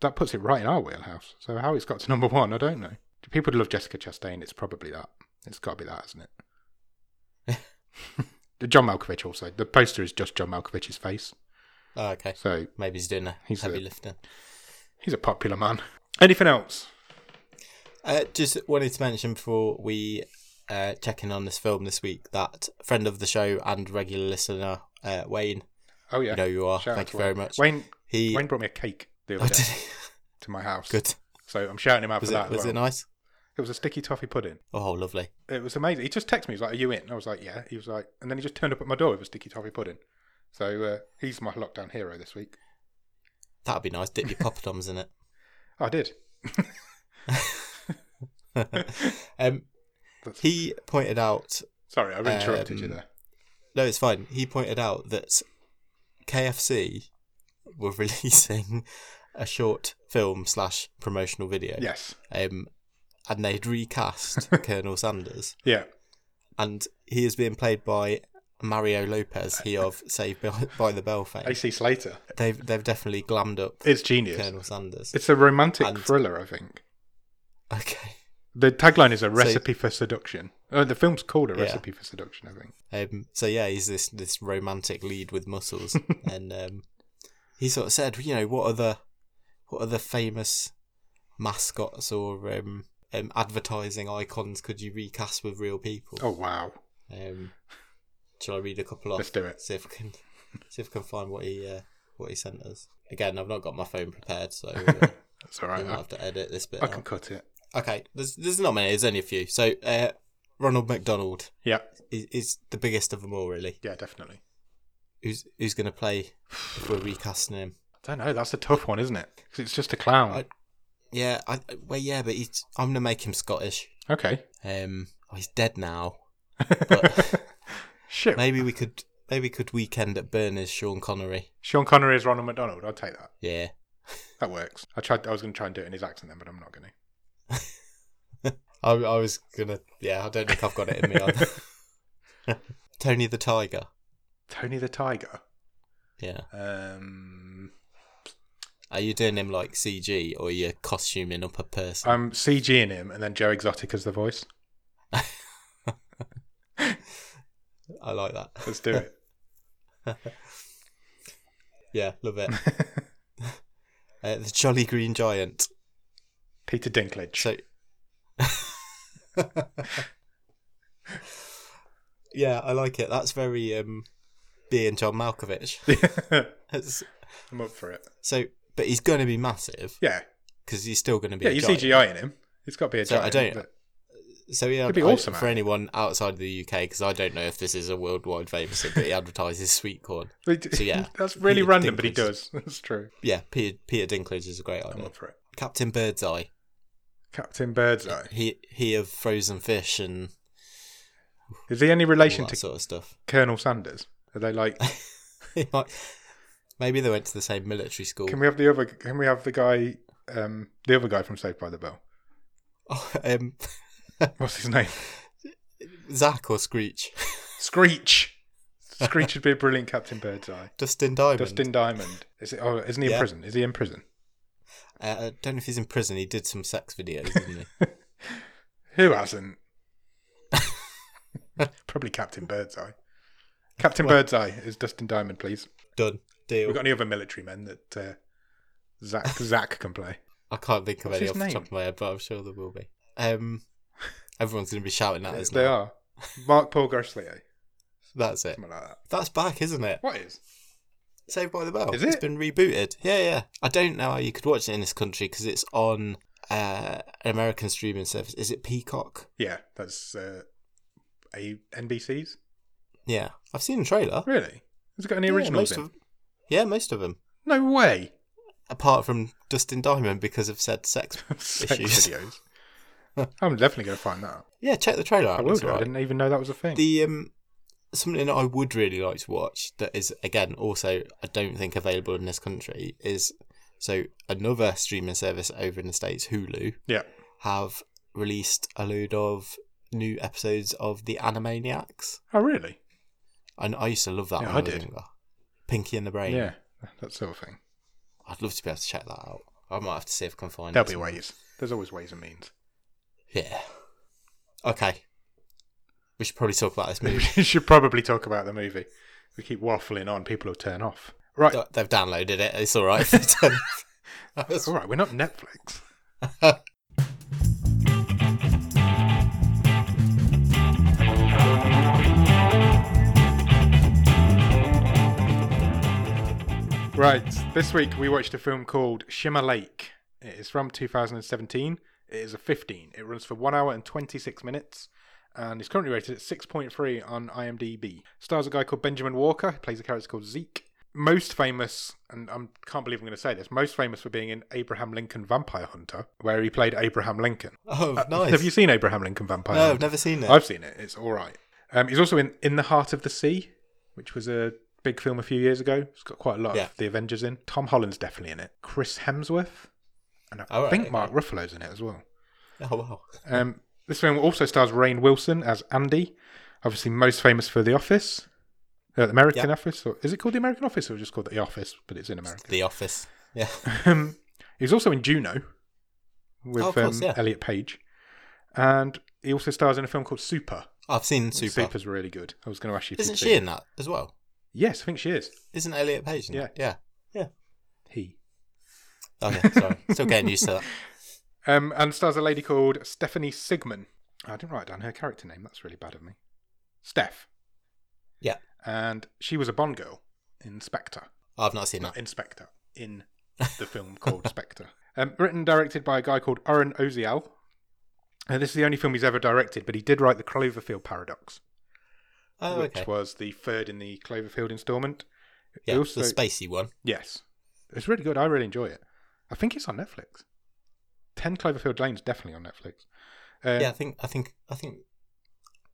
A: that puts it right in our wheelhouse. So how it's got to number one, I don't know. Do people love Jessica Chastain? It's probably that. It's got to be that, hasn't
B: [LAUGHS]
A: [LAUGHS] it? John Malkovich also. The poster is just John Malkovich's face.
B: Oh, okay.
A: So
B: Maybe he's doing a
A: He's uh,
B: heavy
A: a-
B: lifting.
A: he's a popular man. Anything else?
B: Uh, just wanted to mention before we uh, check in on this film this week that friend of the show and regular listener uh, Wayne,
A: Oh, yeah.
B: you know who you are.
A: Shout out
B: Thank
A: to
B: you very
A: Wayne.
B: much.
A: Wayne,
B: he
A: Wayne brought me a cake the
B: Oh,
A: other day
B: did he? [LAUGHS]
A: to my house.
B: good.
A: So I'm shouting him out
B: Was
A: for
B: it
A: that.
B: was
A: as
B: it
A: well.
B: nice?
A: It was a sticky toffee pudding.
B: Oh, lovely.
A: it was amazing. He just texted me. He was like, "Are you in?" I was like, "Yeah." He was like, and then he just turned up at my door with a sticky toffee pudding. So uh, he's my lockdown hero this week.
B: That'd be nice.
A: [LAUGHS]
B: Dip your poppadoms in it.
A: Oh, I did.
B: [LAUGHS]
A: [LAUGHS]
B: Um,
A: That's-
B: he pointed out.
A: Sorry, I interrupted you
B: Um,
A: there.
B: No, it's fine. He pointed out that KFC were [LAUGHS] releasing a short film slash promotional video.
A: Yes.
B: Um, and
A: [LAUGHS]
B: they'd recast Colonel Sanders.
A: Yeah.
B: and he is being played by Mario Lopez, he of Saved by, by the Bell fame.
A: AC Slater.
B: They've they've definitely glammed up
A: It's genius. [LAUGHS]
B: Colonel Sanders.
A: It's a romantic
B: And-
A: thriller, I think.
B: Okay,
A: The tagline is a recipe for seduction. Oh, the film's called a
B: Yeah.
A: recipe for seduction, I think.
B: um, so yeah, he's this this romantic lead with muscles, and um, he sort of said, you know, what are the what are the famous mascots or um, um, advertising icons could you recast with real people?
A: Oh wow,
B: Um, shall I read a couple off?
A: Let's do it.
B: See if I can see if I can find what he uh, what he sent us. Again, I've not got my phone prepared, so uh,
A: that's all right. [LAUGHS]
B: we might
A: I,
B: have to edit this bit.
A: I
B: out.
A: can cut it.
B: Okay, there's there's not many. There's only a few. So uh, Ronald McDonald
A: Yeah.
B: is, is the biggest of them all, really.
A: Yeah, definitely.
B: Who's who's going to play if we're recasting him?
A: I don't know. That's a tough one, isn't it? 'Cause it's just a clown.
B: I- Yeah, I well yeah, but he's, I'm going to make him Scottish. [LAUGHS]
A: Okay.
B: Um, oh, he's dead now.
A: Shit.
B: Maybe we could maybe we could weekend at Berners Sean Connery.
A: Sean Connery is Ronald McDonald. I'll take that.
B: Yeah.
A: That works. I tried. I was going to try and do it in his accent then, but I'm not going to.
B: I, I was gonna. Yeah, I don't think I've got it in me either.
A: [LAUGHS]
B: [LAUGHS] Tony the Tiger.
A: Tony the Tiger.
B: Yeah.
A: Um,
B: Are you doing him like CG or you're costuming up a person?
A: I'm CGing him, and then Joe Exotic as the voice.
B: I like that.
A: Let's do it.
B: [LAUGHS] Yeah,
A: [LAUGHS]
B: love it. uh, the Jolly Green Giant.
A: Peter Dinklage.
B: So. [LAUGHS] yeah, I like it. That's very um, being John Malkovich. That's-
A: [LAUGHS] I'm up for it.
B: so, but he's going to be massive
A: Yeah,
B: because he's still going to be.
A: yeah.
B: a
A: You
B: giant.
A: CGI in him. It's got to be a
B: So I
A: giant.
B: don't-
A: but-
B: So yeah,
A: It'd be
B: I-
A: awesome,
B: for
A: actually.
B: anyone outside the UK because I don't know if this is a worldwide famous thing, but he advertises sweet corn.
A: but-
B: So, yeah.
A: [LAUGHS] that's really
B: Peter
A: random, but he does.
B: Dinklage.
A: [LAUGHS] That's true.
B: Yeah, Peter, Peter Dinklage is a great
A: I'm
B: idea.
A: up for it.
B: Captain Birdseye,
A: Captain Birdseye.
B: he he of frozen fish and
A: Is he any
B: all
A: relation
B: that
A: to
B: sort of stuff. [LAUGHS]
A: Colonel Sanders? Are they like?
B: He might- Maybe they went to the same military school.
A: Can we have the other? Can we have the guy? Um, the other guy from Saved by the Bell.
B: Oh, [LAUGHS] um,
A: What's his name? [LAUGHS]
B: Zach or Screech, [LAUGHS]
A: Screech. Screech would be a brilliant Captain Birdseye.
B: Dustin Diamond.
A: Dustin Diamond. Is it? Oh, isn't he in
B: Yeah.
A: prison? Is he in prison?
B: Uh, I don't know if he's in prison. He did some sex videos, didn't
A: [LAUGHS]
B: he?
A: Who
B: [LAUGHS]
A: hasn't? Probably Captain Birdseye. Captain Birdseye is Dustin Diamond, please.
B: Done
A: We've
B: deal.
A: got any other military men that uh, Zach Zach can play?
B: [LAUGHS] I can't think of
A: What's
B: any
A: his
B: off the
A: name?
B: top of my head, but I'm sure there will be. Um, everyone's going to be shouting at us
A: they
B: now.
A: are. Mark Paul Gorslier,
B: That's it.
A: something like that.
B: That's back, isn't it?
A: What is?
B: Saved by the Bell.
A: Is
B: It's
A: it?
B: been rebooted. Yeah, yeah. I don't know how you could watch it in this country because it's on uh, an American streaming service. Is it Peacock?
A: Yeah, that's uh, a NBC's.
B: Yeah, I've seen the trailer.
A: Really? Has it got any
B: Yeah,
A: originals
B: most
A: in?
B: of- yeah, most of them.
A: No way. [LAUGHS]
B: Apart from Dustin Diamond because of said
A: [LAUGHS]
B: sex.
A: Sex
B: Issues.
A: videos. I'm definitely going to find that.
B: yeah, check the trailer out.
A: I will.
B: it's
A: do. I
B: alright.
A: didn't even know that was a thing.
B: The um, something that I would really like to watch that is again also I don't think available in this country is so another streaming service over in the states, Hulu,
A: yeah.
B: have released a load of new episodes of the Animaniacs,
A: Oh, really?
B: and I used to love that.
A: Yeah,
B: when
A: I
B: was
A: did.
B: younger. Pinky and the Brain.
A: Yeah, that sort of thing.
B: I'd love to be able to check that out. I might have to see if I can find
A: There'll
B: it.
A: be
B: somewhere.
A: ways. There's always ways and means. [LAUGHS]
B: Yeah. Okay. We should probably talk about this
A: we [LAUGHS]
B: movie.
A: should probably talk about the movie. We keep waffling on, people will turn off. Right.
B: Th- They've downloaded it. It's all right. [LAUGHS] They've done-
A: [LAUGHS]
B: That's-
A: All right, we're not Netflix. [LAUGHS] Right, this week we watched a film called Shimmer Lake. It is from 2017. It is a 15. It runs for 1 hour and 26 minutes and is currently rated at 6.3 on IMDb. Stars a guy called Benjamin Walker, who plays a character called Zeke. Most famous, and I can't believe I'm going to say this, most famous for being in Abraham Lincoln Vampire Hunter, where he played Abraham Lincoln.
B: [LAUGHS] oh,
A: Uh,
B: nice.
A: Have you seen Abraham Lincoln Vampire
B: no, I've
A: Hunter?
B: never seen it.
A: I've seen it. It's all right. Um, he's also in In the Heart of the Sea, which was a big film a few years ago. It's got quite a lot
B: Yeah.
A: of the Avengers in. Tom Holland's definitely in it. Chris Hemsworth, and I
B: All right,
A: think
B: okay.
A: Mark Ruffalo's in it as well.
B: Oh, wow.
A: Um, this film also stars Rain Wilson as Andy, obviously most famous for The Office, uh, The American
B: Yeah.
A: Office. Or, is it called The American Office or just called The Office? But it's in America.
B: The Office. Yeah.
A: [LAUGHS] Um, he was also in Juno with
B: Oh, of course,
A: um,
B: yeah.
A: Elliot Page, and he also stars in a film called Super.
B: I've seen Super.
A: Super's really good. I was going to ask you. If
B: Isn't
A: you'd
B: she
A: seen
B: in that as well?
A: it. Yes, I think she is.
B: Isn't Elliot Page in
A: Yeah.
B: that? Yeah.
A: He.
B: Okay, sorry. Still getting used to that.
A: Um, and stars a lady called Stephanie Sigmund. I didn't write down her character name. That's really bad of me. Steph.
B: Yeah.
A: And she was a Bond girl in Spectre.
B: I've not seen
A: Not
B: that.
A: Inspector. In the film called Spectre. [LAUGHS] Um, written and directed by a guy called Oren Oziel. And this is the only film he's ever directed, but he did write The Cloverfield Paradox,
B: Oh,
A: which
B: okay.
A: was the third in the Cloverfield installment. He
B: Yeah,
A: also-
B: the spacey one.
A: Yes. It's really good. I really enjoy it. I think it's on Netflix. 10 Cloverfield Lane's definitely on Netflix. Uh,
B: yeah, I think, I think, I think,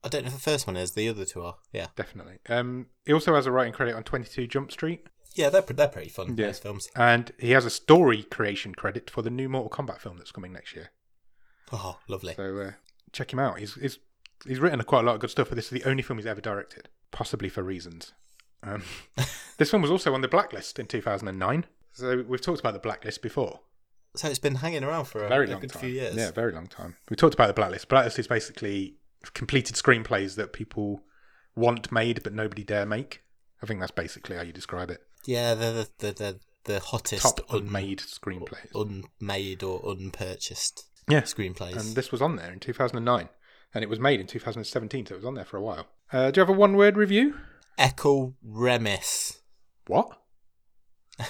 B: I don't know if the first one is. The other two are. Yeah.
A: Definitely. Um, he also has a writing credit on 22 Jump Street,
B: Yeah, they're, pre- they're pretty fun,
A: Yeah.
B: those films.
A: and he has a story creation credit for the new Mortal Kombat film that's coming next year.
B: Oh, lovely.
A: So uh, check him out. He's, he's, he's written quite a lot of good stuff, but this is the only film he's ever directed, possibly for reasons.
B: [LAUGHS]
A: Um, this film was also on the blacklist in 2009. So we've talked about the blacklist before.
B: So it's been hanging around for a,
A: very
B: a
A: long
B: good
A: time.
B: few years.
A: Yeah, very long time. We talked about the blacklist. Blacklist is basically completed screenplays that people want made but nobody dare make. I think that's basically how you describe it.
B: Yeah, they're the, the, the, the hottest
A: Top
B: un-
A: unmade screenplays.
B: unmade or unpurchased
A: yeah,
B: screenplays.
A: and this was on there in 2009, and it was made in 2017, so it was on there for a while. Uh, do you have a one-word review?
B: Echo Remis.
A: What? [LAUGHS]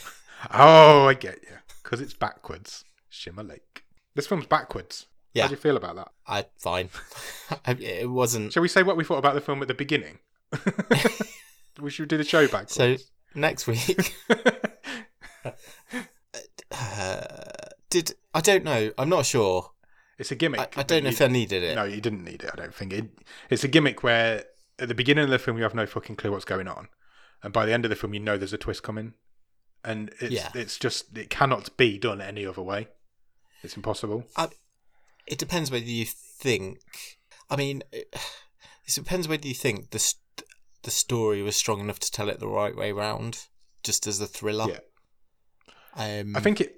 A: Oh, I get you. Because it's backwards. Shimmer Lake. This film's backwards.
B: Yeah.
A: How do you feel about that?
B: I fine. [LAUGHS] I, it wasn't.
A: Shall we say what we thought about the film at the
B: [LAUGHS]
A: beginning? [LAUGHS] we should do the show backwards.
B: So next week, [LAUGHS] uh, did I don't know. I'm not sure.
A: [LAUGHS] it's a gimmick.
B: I, I
A: that
B: don't know
A: you-
B: if I needed it.
A: No, you didn't need it. I don't think it. It's a gimmick where at the beginning of the film you have no fucking clue what's going on, and by the end of the film you know there's a twist coming, and it's
B: Yeah.
A: it's just it cannot be done any other way. It's impossible.
B: It depends whether you think. I mean, [SIGHS] it, it depends whether you think the st- the story was strong enough to tell it the right way round, just as a thriller.
A: Yeah.
B: Um,
A: I think it.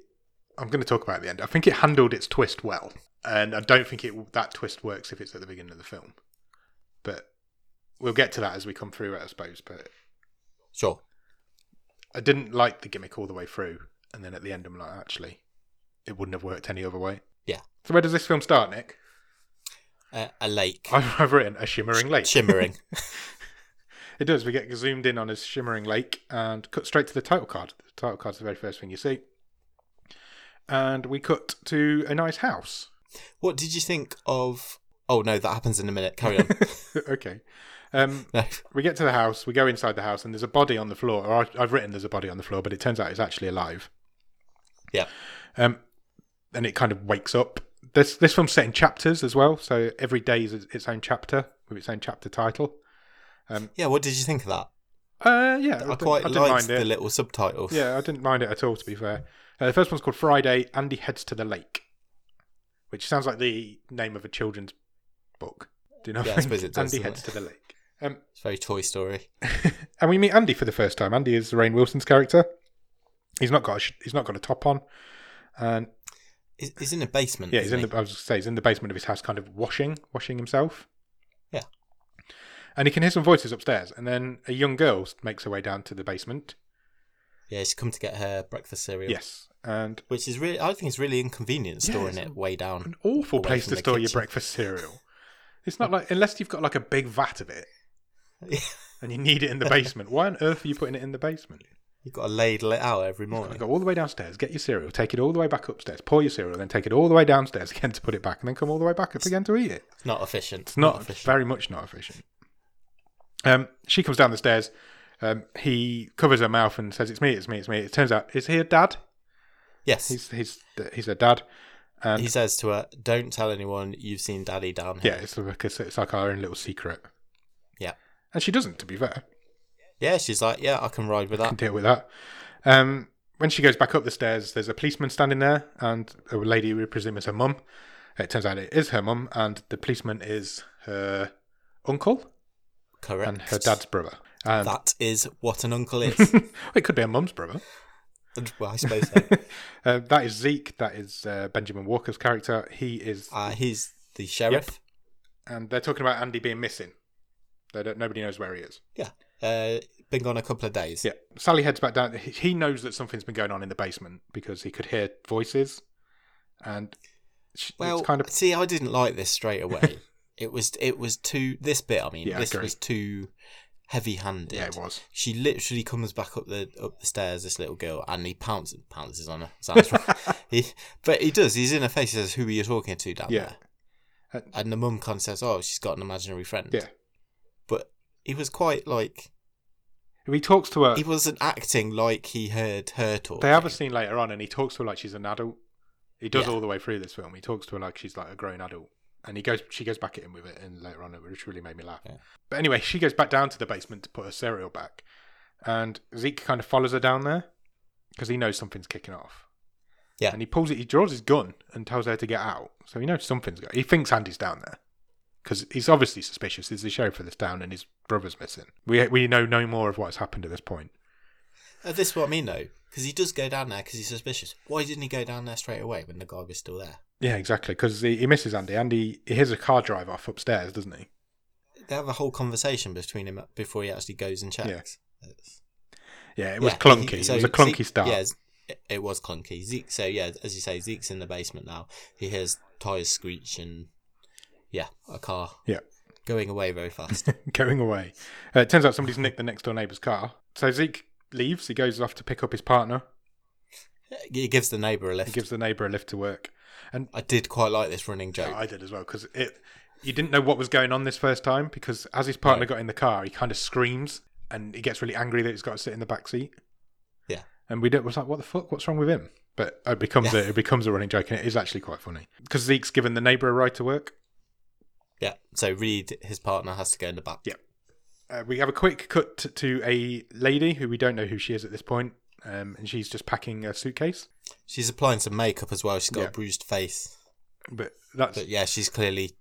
A: I'm going to talk about it at the end. I think it handled its twist well, and I don't think it that twist works if it's at the beginning of the film. But we'll get to that as we come through it, I suppose. But
B: sure.
A: I didn't like the gimmick all the way through, and then at the end, I'm like, actually, it wouldn't have worked any other way.
B: Yeah.
A: So where does this film start, Nick? [LAUGHS]
B: Uh, a lake
A: I've, I've written a shimmering lake.
B: shimmering.
A: [LAUGHS] It does. We get zoomed in on a shimmering lake and cut straight to the title card. The title card's the very first thing you see, and we cut to a nice house. [LAUGHS]
B: what did you think of? Oh no, that happens in a minute.
A: [LAUGHS]
B: Carry on.
A: okay. Um,
B: no.
A: we get to the house, we go inside the house, and there's a body on the floor. Or I- I've written there's a body on the floor, but it turns out it's actually alive.
B: Yeah.
A: Um, and it kind of wakes up. This this film's set in chapters as well, so every day is its own chapter with its own chapter title.
B: Yeah. What did you think of that?
A: Uh, yeah,
B: I quite
A: didn't
B: liked the little subtitle.
A: Yeah, I didn't mind it at all, to be fair. Uh, the first one's called Friday, Andy Heads to the Lake, which sounds like the name of a children's book. Do you know?
B: Yeah, I
A: think?
B: suppose it does,
A: Andy
B: doesn't
A: Heads
B: it?
A: to the Lake. Um,
B: It's very Toy Story.
A: and we meet Andy for the first time. Andy is Rain Wilson's character. He's not got a, sh- he's not got a top on, and
B: He's, he's in a basement.
A: yeah, he's in
B: isn't
A: the I was gonna say he's in the basement of his house, kind of washing washing himself.
B: Yeah.
A: and he can hear some voices upstairs, and then a young girl makes her way down to the basement.
B: he? Yeah, she's come to get her breakfast cereal.
A: Yes, and
B: Which is really, I think it's really inconvenient
A: Yeah,
B: storing
A: it's
B: it way down.
A: an awful
B: Away
A: place
B: from
A: to
B: the
A: store your
B: kitchen.
A: breakfast
B: [LAUGHS]
A: cereal. It's not like unless you've got like a big vat of it,
B: Yeah.
A: and you need it in the basement. Why on earth are you putting it in the basement?
B: You've got to ladle it out every
A: I
B: morning.
A: go all the way downstairs, get your cereal, take it all the way back upstairs, pour your cereal, then take it all the way downstairs [LAUGHS] again to put it back, and then come all the way back up again to eat it.
B: It's not efficient.
A: It's not,
B: efficient.
A: very much not efficient. Um, she comes down the stairs. Um, he covers her mouth and says, "It's me, it's me, it's me." It turns out, is he a dad?
B: Yes.
A: He's he's he's a dad. And
B: he says to her, "Don't tell anyone you've seen Daddy down
A: yeah,
B: here."
A: it's like it's, it's like our own little secret.
B: Yeah.
A: and she doesn't. To be fair,
B: Yeah. she's like, "Yeah, I can ride with
A: can
B: that."
A: deal with that. Um, when she goes back up the stairs, there's a policeman standing there and a lady we presume is her mum. It turns out it is her mum, and the policeman is her uncle
B: Correct.
A: and her dad's brother. And [LAUGHS]
B: That is what an uncle is.
A: it could be her mum's brother.
B: well, I suppose
A: [LAUGHS]
B: so.
A: Uh, that is Zeke. That is uh, Benjamin Walker's character. He is,
B: Uh, he's the sheriff.
A: and they're talking about Andy being missing. They don't. Nobody knows where he is.
B: Uh, been gone a couple of days.
A: Yeah. Sally heads back down. He- He knows that something's been going on in the basement because he could hear voices, and she,
B: Well,
A: it's kind of
B: see, I didn't like this straight
A: [LAUGHS]
B: away. it was it was too this bit. I mean,
A: Yeah, I
B: this
A: agree.
B: was too heavy-handed.
A: yeah, it was.
B: She literally comes back up the up the stairs, this little girl, and he pounces pounces on her.
A: [LAUGHS]
B: Sounds wrong. he, but he does. He's in her face. He says, "Who are you talking to down
A: Yeah.
B: there?" And the mum kind of says, "Oh, she's got an imaginary friend."
A: Yeah.
B: But he was quite like
A: He talks to her.
B: he wasn't acting like he heard her talk.
A: Uh, They have a scene later on, and he talks to her like she's an adult. He does
B: Yeah.
A: all the way through this film. He talks to her like she's like a grown adult, and he goes. She goes back at him with it, and later on, it which really made me laugh.
B: Yeah.
A: But anyway, she goes back down to the basement to put her cereal back, and Zeke kind of follows her down there because he knows something's kicking off.
B: Yeah.
A: and he pulls it. He draws his gun and tells her to get out. So he knows something's going. He thinks Andy's down there because he's obviously suspicious. He's the sheriff of this town, and his brother's missing. We we know no more of what's happened at this point.
B: Uh, this is what I mean though, because he does go down there because he's suspicious. Why didn't he go down there straight away when the guy was still there?
A: Yeah, exactly. Because he, he misses Andy. Andy he hears a car drive off upstairs, doesn't he?
B: They have a whole conversation between him before he actually goes and checks. It's-
A: Yeah, it was
B: Yeah,
A: clunky.
B: he- so
A: it was a clunky
B: Zeke-
A: start. [LAUGHS]
B: Yeah, it- it was clunky. Zeke. So yeah, as you say, Zeke's in the basement now. He hears tires screech and yeah, a car.
A: Yeah.
B: going away very fast. [LAUGHS]
A: Going away. Uh, it turns out somebody's nicked the next door neighbour's car. So Zeke leaves. He goes off to pick up his partner.
B: It gives the neighbour a
A: He
B: lift.
A: gives the neighbour a lift to work.
B: I did quite like this running joke.
A: I did as well because it. You didn't know what was going on this first time because as his partner got in the car, he kind of screams and he gets really angry that he's got to sit in the back seat.
B: Yeah.
A: and we did, was like, "What the fuck? What's wrong with him?" But it becomes a, it becomes a running joke, and it is actually quite funny because Zeke's given the neighbour a ride to work.
B: Yeah. So Reed, his partner, has to go in the back.
A: Yeah. Uh, we have a quick cut t- to a lady who we don't know who she is at this point, um, and she's just packing a suitcase.
B: She's applying some makeup as well. She's got
A: Yeah.
B: a bruised face.
A: But that's
B: But mm, yeah, she's clearly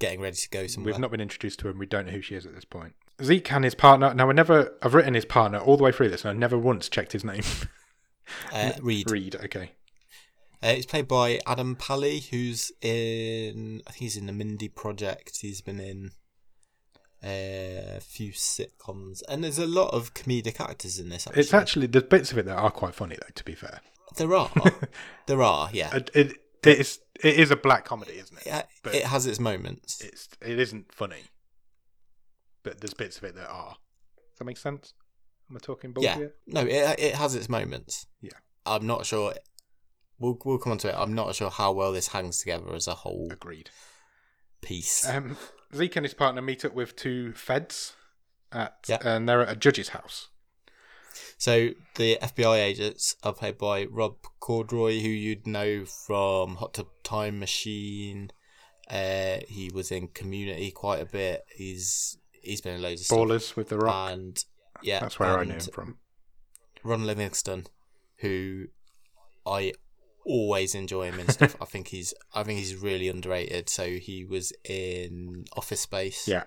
B: getting ready to go somewhere.
A: We've not been introduced to him. We don't know who she is at this point. Zeke and his partner. Now, I never. I've written his partner all the way through this, and I never once checked his name.
B: uh,
A: [LAUGHS]
B: Reed.
A: Reed. Okay.
B: Uh, it's played by Adam Pally, who's in. I think he's in the Mindy Project. He's been in uh, a few sitcoms, and there's a lot of comedic actors in this. Actually.
A: It's actually the bits of it that are quite funny, though. To be fair, [LAUGHS]
B: there are, there are. Yeah,
A: it it, it is it is a black comedy, isn't it?
B: Yeah,
A: but-
B: it has its moments.
A: It's it isn't funny, but there's bits of it that are. Does that make sense? Am I talking bull
B: yeah,
A: here?
B: no, it it has its moments.
A: Yeah.
B: I'm not sure. We'll we'll come on to it. I'm not sure how well this hangs together as a whole
A: Agreed.
B: piece.
A: Um, Zeke and his partner meet up with two feds, at
B: Yeah.
A: and they're at a judge's house.
B: So the FBI agents are played by Rob Corddry, who you'd know from Hot Tub Time Machine. Uh, he was in Community quite a bit. He's he's been in loads of stuff.
A: Ballers with the rock.
B: And yeah,
A: That's where I
B: Uh, and
A: knew him from.
B: Ron Livingston, who I always enjoy him
A: [LAUGHS]
B: in stuff. I think he's I think he's really underrated. So he was in Office Space.
A: Yeah.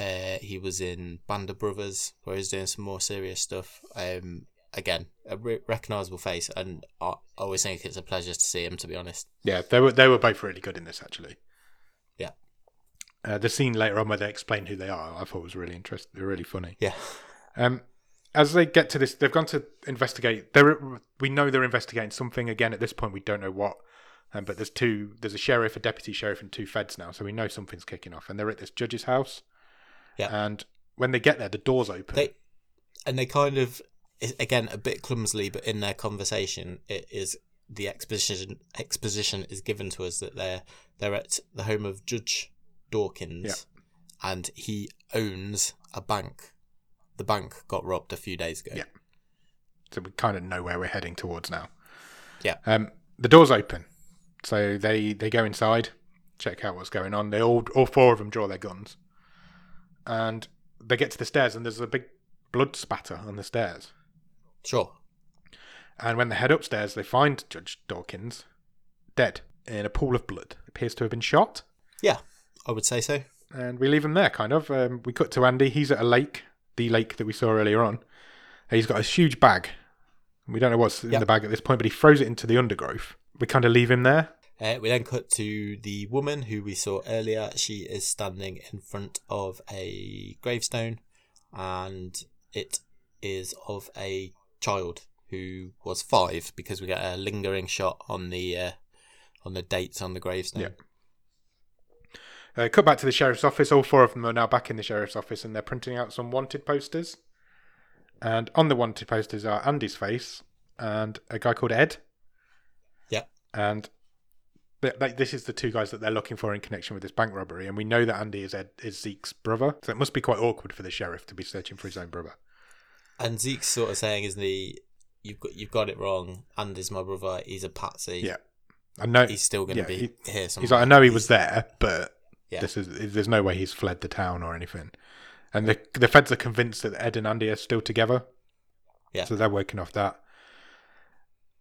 B: Uh, he was in Band of Brothers, where he's doing some more serious stuff. Um, again, a re- recognizable face, and I I always think it's a pleasure to see him. To be honest,
A: Yeah, they were they were both really good in this actually.
B: Yeah.
A: Uh, the scene later on where they explain who they are, I thought was really interesting, really funny.
B: yeah,
A: Um, as they get to this, they've gone to investigate. They're we know they're investigating something again. At this point, we don't know what. Um, but there's two. There's a sheriff, a deputy sheriff, and two feds now, so we know something's kicking off. And they're at this judge's house.
B: Yeah.
A: And when they get there, the door's open.
B: They- and they kind of it's, again a bit clumsily, but in their conversation, it is the exposition exposition is given to us that they're they're at the home of Judge Dawkins, and he owns a bank. The bank got robbed a few days ago.
A: Yeah. so we kind of know where we're heading towards now.
B: Yeah.
A: Um, the door's open, so they they go inside, check out what's going on. They all all four of them draw their guns, and they get to the stairs, and there's a big blood spatter on the stairs.
B: Sure.
A: And when they head upstairs, they find Judge Dawkins dead in a pool of blood. Appears to have been shot,
B: Yeah, I would say so.
A: and we leave him there. Kind of. Um, we cut to Andy. He's at a lake, the lake that we saw earlier on. He's got a huge bag. We don't know what's in
B: Yeah.
A: the bag at this point, but he throws it into the undergrowth. We kind of leave him there.
B: Uh, we then cut to the woman who we saw earlier. She is standing in front of a gravestone, and it is of a child who was five because we get a lingering shot on the uh, on the dates on the gravestone.
A: Yeah. Uh, cut back to the sheriff's office. All four of them are now back in the sheriff's office and they're printing out some wanted posters. And on the wanted posters are Andy's face and a guy called Ed.
B: Yeah.
A: And th- th- this is the two guys that they're looking for in connection with this bank robbery. And we know that Andy is Ed is Zeke's brother, so it must be quite awkward for the sheriff to be searching for his own brother.
B: And Zeke's sort of saying, "Isn't he? You've got you've got it wrong. And is my brother. He's a patsy.
A: Yeah. I know
B: He's still going to
A: Yeah,
B: be here somewhere."
A: He's like, I know he was there, but
B: Yeah.
A: this is there's no way he's fled the town or anything. And the the feds are convinced that Ed and Andy are still together.
B: Yeah.
A: So they're working off that.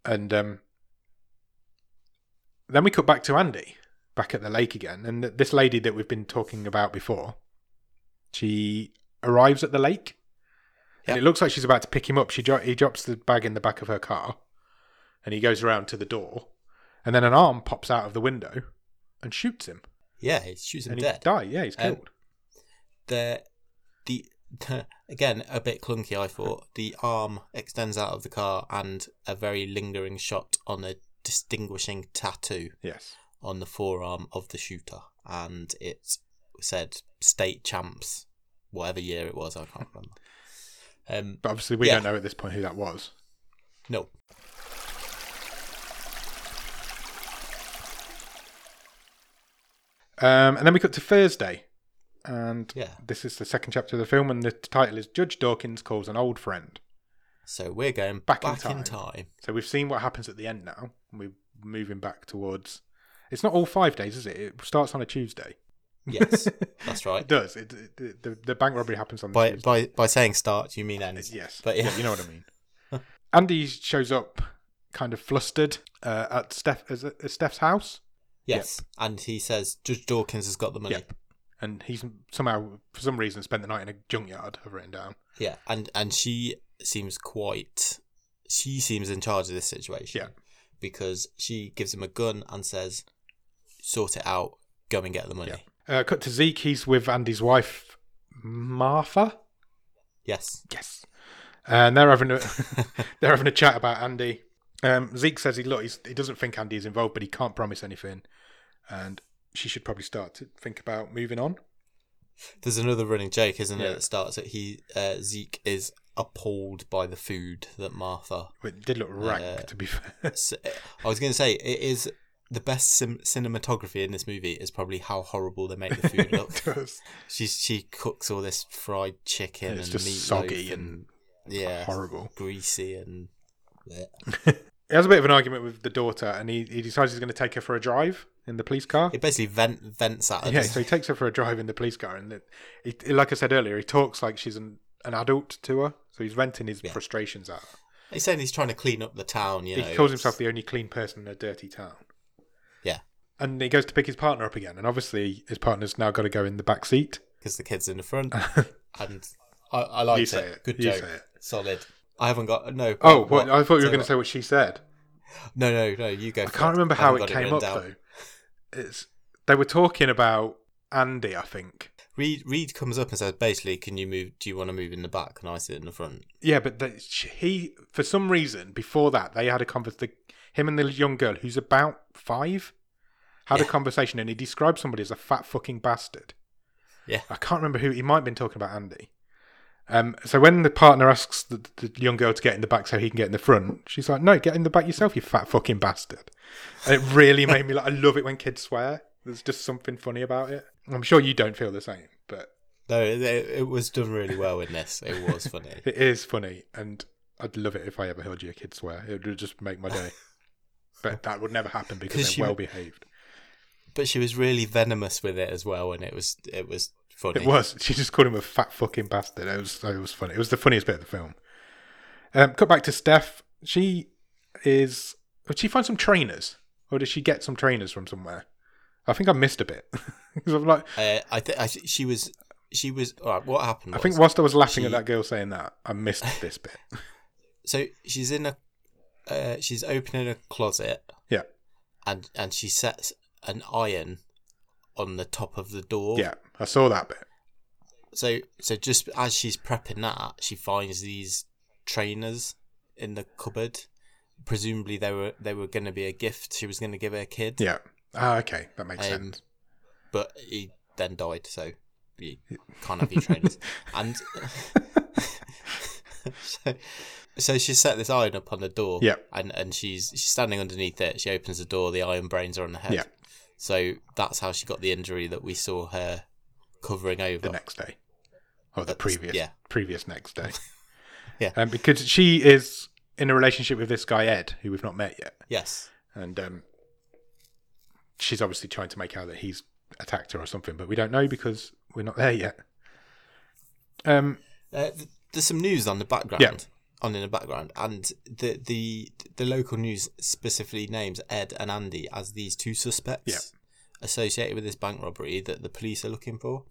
A: And um, then we cut back to Andy, back at the lake again, and th- this lady that we've been talking about before, she arrives at the lake, and
B: Yeah.
A: it looks like she's about to pick him up. She dro- he drops the bag in the back of her car, and he goes around to the door, and then an arm pops out of the window and shoots him,
B: yeah, he shoots him
A: and he
B: dead.
A: dies. Yeah, he's
B: Um,
A: killed.
B: the the again a bit clunky i thought the arm extends out of the car and a very lingering shot on a distinguishing tattoo
A: yes,
B: on the forearm of the shooter and it said state champs whatever year it was i can't remember Um,
A: But obviously, we
B: Yeah.
A: don't know at this point who that was.
B: no.
A: Um, and then we cut to Thursday, and
B: Yeah.
A: this is the second chapter of the film, and the title is Judge Dawkins calls an old friend.
B: So we're going
A: Back
B: back,
A: in
B: in
A: time.
B: time.
A: So we've seen what happens at the end now. and We're moving back towards. It's not all five days, is it? It starts on a Tuesday.
B: Yes, that's
A: It
B: right.
A: does. It, it- the, the bank robbery happens on the
B: By
A: Tuesday.
B: by by saying start, you mean end.
A: Yes,
B: But yeah.
A: you know what I mean.
B: [LAUGHS]
A: Andy shows up, kind of flustered, uh, at Steph is it- is Steph's house,
B: Yes, and he says Judge Dawkins has got the money.
A: Yep. and he's somehow, for some reason, spent the night in a junkyard. I've written down.
B: Yeah, and and she seems quite. She seems in charge of this situation.
A: Yeah.
B: because she gives him a gun and says, "Sort it out. Go and get the money."
A: Yeah. Uh, cut to Zeke. He's with Andy's wife, Martha.
B: Yes. [LAUGHS]
A: Yes, and they're having a [LAUGHS] they're having a chat about Andy. Um, Zeke says he look he's, he doesn't think Andy is involved, but he can't promise anything, and she should probably start to think about moving on.
B: There's another running joke, isn't
A: Yeah.
B: there? That starts that he uh, Zeke is appalled by the food that Martha.
A: It did look rank,
B: Uh,
A: to be fair. [LAUGHS]
B: S- I was going to say it is the best sim- cinematography in this movie is probably how horrible they make
A: [LAUGHS]
B: the food
A: It
B: look.
A: does.
B: she she cooks all this fried chicken
A: And it's
B: and
A: just
B: meatloaf
A: soggy
B: and, yeah,
A: horrible.
B: greasy and bleh.
A: He has a bit of an argument with the daughter, and he, he decides he's going to take her for a drive in the police car.
B: it basically vent, vents at her.
A: yeah,
B: doesn't
A: so he takes her for a drive in the police car, and it, it, like I said earlier, he talks like she's an, an adult to her, so he's venting his
B: Yeah.
A: frustrations at her.
B: he? He's saying he's trying to clean up the town. You know,
A: he calls
B: it's-
A: himself the only clean person in a dirty town.
B: Yeah.
A: And he goes to pick his partner up again, and obviously his partner's now got to go in the back seat.
B: because the kid's in
A: [LAUGHS]
B: the front. and I, I liked
A: You say
B: it.
A: it.
B: Good
A: You
B: joke.
A: say it.
B: Solid. I haven't got no.
A: Oh, what? I thought you were
B: so
A: going to say what she said.
B: what- No, no, no. You go.
A: I can't remember how it came up though. It's they were talking about Andy, I think.
B: Reed Reed comes up and says, basically, can you move? Do you want to move in the back? Can I sit in the front?
A: Yeah, but the, sh- he, for some reason, before that, they had a conversation. Him and the young girl, who's about five, had a
B: Yeah.
A: conversation, and he described somebody as a fat fucking bastard.
B: Yeah.
A: I can't remember who. He might have been talking about Andy. Um, so when the partner asks the, the young girl to get in the back so he can get in the front, she's like, "No, get in the back yourself, you fat fucking bastard." And it really made me like. I love it when kids swear. There's just something funny about it. I'm sure you don't feel the same, but
B: No, it, it was done really well in this. It
A: [LAUGHS]
B: was funny.
A: It is funny, and I'd love it if I ever heard your kid swear. It would just make my day.
B: [LAUGHS]
A: but that would never happen because
B: 'Cause
A: they're
B: she
A: well
B: would-
A: behaved.
B: but she was really venomous with it as well, and it was it was funny.
A: It was. She just called him a fat fucking bastard. It was. It was funny. It was the funniest bit of the film. Um, cut back to Steph. She is. Did she find some trainers, or did she get some trainers from somewhere? I think I missed a bit. [LAUGHS] 'Cause I'm like,
B: Uh, I think I th- she was she was. All right, what happened?
A: I
B: Was,
A: think whilst I was laughing at
B: She-
A: that girl saying that, I missed this
B: [LAUGHS]
A: bit.
B: so. She's in a uh, she's opening a closet.
A: Yeah.
B: and and she sets an iron on the top of the door.
A: Yeah, I saw that bit.
B: So so just as she's prepping that, she finds these trainers in the cupboard. Presumably they were they were going to be a gift she was going to give her kid,
A: Yeah. Ah, okay, that makes
B: Um,
A: sense.
B: but he then died, so you can't have
A: [LAUGHS]
B: your trainers. and [LAUGHS] so, so she set this iron up on the door.
A: Yeah.
B: and and she's she's standing underneath it. She opens the door. The iron brains are on the head.
A: Yeah.
B: So that's how she got the injury that we saw her covering over.
A: the next day or the
B: That's-
A: previous
B: yeah.
A: previous next day
B: [LAUGHS] Yeah.
A: um, because she is in a relationship with this guy ed who we've not met yet
B: Yes.
A: and um, she's obviously trying to make out that he's attacked her or something but we don't know because we're not there yet um,
B: Uh, th- there's some news on the background.
A: Yeah.
B: On in the background, and the the the local news specifically names Ed and Andy as these two suspects
A: Yeah.
B: associated with this bank robbery that the police are looking for,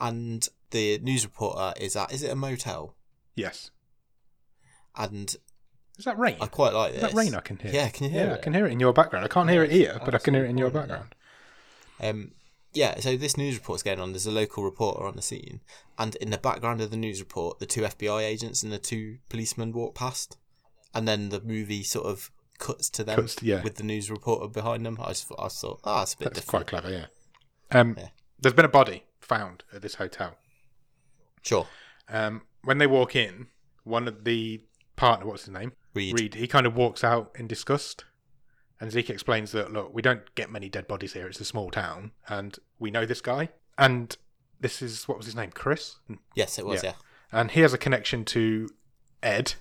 B: and the news reporter is at is it a motel?
A: yes
B: And
A: is that rain
B: I quite like
A: is
B: this.
A: that rain i can hear
B: Yeah, can you hear
A: yeah i
B: it?
A: can hear it in your background i can't hear it here but i can hear it in your
B: absolutely fine, yeah.
A: background
B: Um, yeah, so this news report's going on. There's a local reporter on the scene, and in the background of the news report, the two FBI agents and the two policemen walk past, and then the movie sort of cuts to them
A: Cuts to- yeah.
B: with the news reporter behind them. I just thought, I just thought, ah, it's a bit
A: that's
B: different.
A: quite clever yeah. Um,
B: Yeah.
A: there's been a body found at this hotel
B: Sure.
A: Um, when they walk in, one of the partner, what's his name?
B: Read.
A: Reed, he kind of walks out in disgust. And Zeke explains that, look, we don't get many dead bodies here. It's a small town. And we know this guy. And this is, what was his name? Chris?
B: Yes, it was.
A: Yeah.
B: Yeah.
A: And he has a connection to Ed.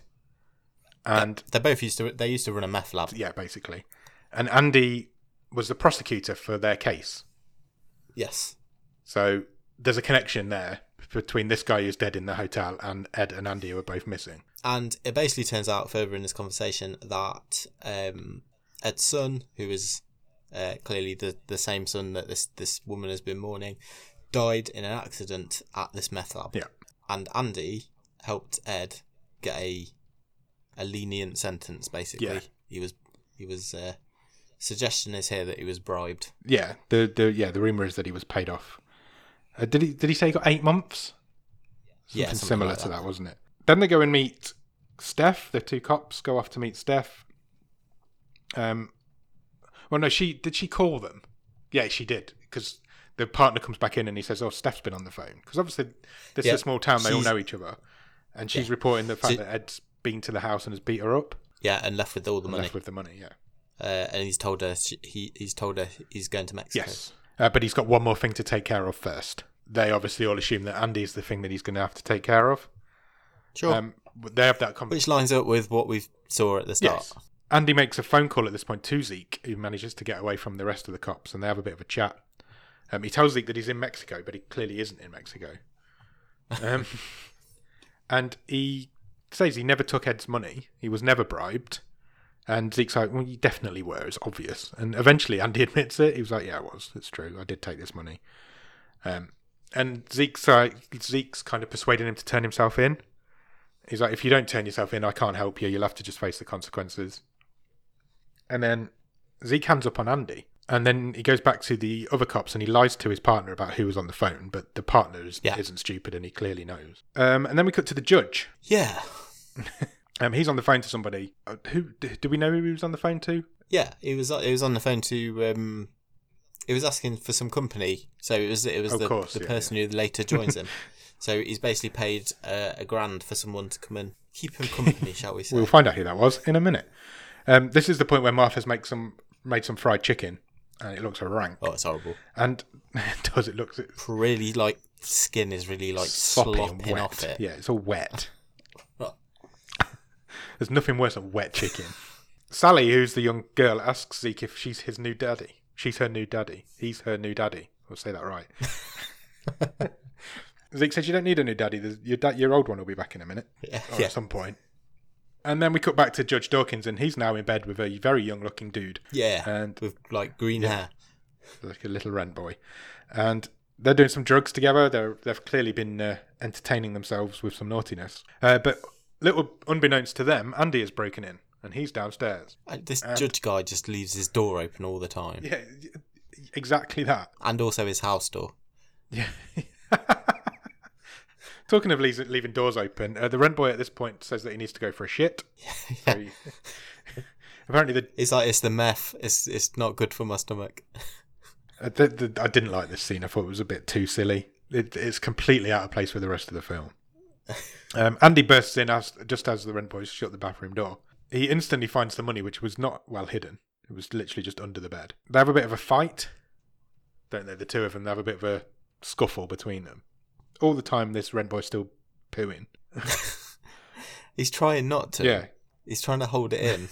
A: And
B: they both used to. They used to run a meth lab.
A: yeah, basically. And Andy was the prosecutor for their case.
B: Yes.
A: So there's a connection there between this guy who's dead in the hotel and Ed and Andy, who are both missing.
B: And it basically turns out further in this conversation that um, Ed's son, who is uh, clearly the, the same son that this, this woman has been mourning, died in an accident at this meth lab.
A: Yeah.
B: And Andy helped Ed get a a lenient sentence. Basically,
A: Yeah.
B: he was he was uh, suggestion is here that he was bribed.
A: Yeah, the the yeah the rumor is that he was paid off. Uh, did he did he say he got eight months? Something
B: Yeah, something
A: similar
B: like
A: to
B: that.
A: that, wasn't it? Then they go and meet Steph. The two cops go off to meet Steph. Um, well, no, she did she call them? Yeah, she did because the partner comes back in and he says, "Oh, Steph's been on the phone." Because obviously this
B: Yeah,
A: is a small town; they all
B: she's-
A: know each other, and she's reporting the fact
B: She-
A: that Ed's been to the house and has beat her up,
B: Yeah, and left with all the
A: and
B: money.
A: left with the money. Yeah.
B: uh, and he's told her she, he he's told her he's going to Mexico.
A: Yes. Uh, but he's got one more thing to take care of first. They obviously all assume that Andy's the thing that he's going to have to take care of.
B: sure.
A: Um, but they have that conversation.
B: Which lines up with what we saw at the start.
A: Yes. Andy makes a phone call at this point to Zeke, who manages to get away from the rest of the cops, and they have a bit of a chat. Um, he tells Zeke that he's in Mexico, but he clearly isn't in Mexico. Um, and he says he never took Ed's money, he was never bribed. And Zeke's like, Well, you definitely were, it's obvious. And eventually Andy [LAUGHS] admits it. He was like, Yeah, I was, it's true, I did take this money. Um, and Zeke's, like, Zeke's kind of persuading him to turn himself in. He's like, If you don't turn yourself in, I can't help you, you'll have to just face the consequences. And then Zeke hands up on Andy. And then he goes back to the other cops and he lies to his partner about who was on the phone, but the partner is,
B: Yeah.
A: isn't stupid and he clearly knows. Um, and then we cut to the judge.
B: Yeah.
A: Um, he's on the phone to somebody. Uh, who d- do we know who he was on the phone to?
B: Yeah. He was he was on the phone to um he was asking for some company. So it was it was
A: Of
B: the,
A: course,
B: the
A: yeah,
B: person who later
A: [LAUGHS]
B: joins him. So he's basically paid uh, a grand for someone to come and keep him company, shall we
A: [LAUGHS]
B: say?
A: We'll find out who that was in a minute. Um, this is the point where Martha's make some made some fried chicken, and it looks rank.
B: oh, it's horrible.
A: And [LAUGHS] does it looks
B: Really like skin is really like
A: sloppy and
B: slopping
A: wet?
B: off it.
A: Yeah, it's all
B: [LAUGHS]
A: wet.
B: Oh.
A: There's nothing worse than wet chicken. Sally, who's the young girl, asks Zeke if she's his new daddy. She's her new daddy. He's her new daddy. I'll say that
B: [LAUGHS]
A: right. Zeke says you don't need a new daddy. There's- Your da- your old one will be back in a minute.
B: Yeah.
A: or
B: yeah.
A: at some point. And then we cut back to Judge Dawkins, and he's now in bed with a very young looking dude,
B: [LAUGHS] Yeah.
A: and
B: With like green hair.
A: like a little rent boy. And they're doing some drugs together. They're, they've clearly been uh, entertaining themselves with some naughtiness. Uh, but little unbeknownst to them, Andy has broken in, and he's downstairs.
B: And This judge guy just leaves his door open all the time.
A: Yeah, exactly that.
B: And also his house door.
A: Yeah. [LAUGHS] Talking of leas- leaving doors open, uh, the rent boy at this point says that he needs to go for a [LAUGHS] shit. So he- apparently, the
B: It's like it's the meth. It's it's not good for my stomach. [LAUGHS]
A: I, Uh, th- th- I didn't like this scene. I thought it was a bit too silly. It, it's completely out of place with the rest of the film. Um, Andy bursts in as, just as the rent boys shut the bathroom door. He instantly finds the money, which was not well hidden. It was literally just under the bed. They have a bit of a fight, don't they? The two of them they have a bit of a scuffle between them. All the time, this rent boy's still pooing.
B: He's trying not to.
A: Yeah,
B: He's trying to hold it in.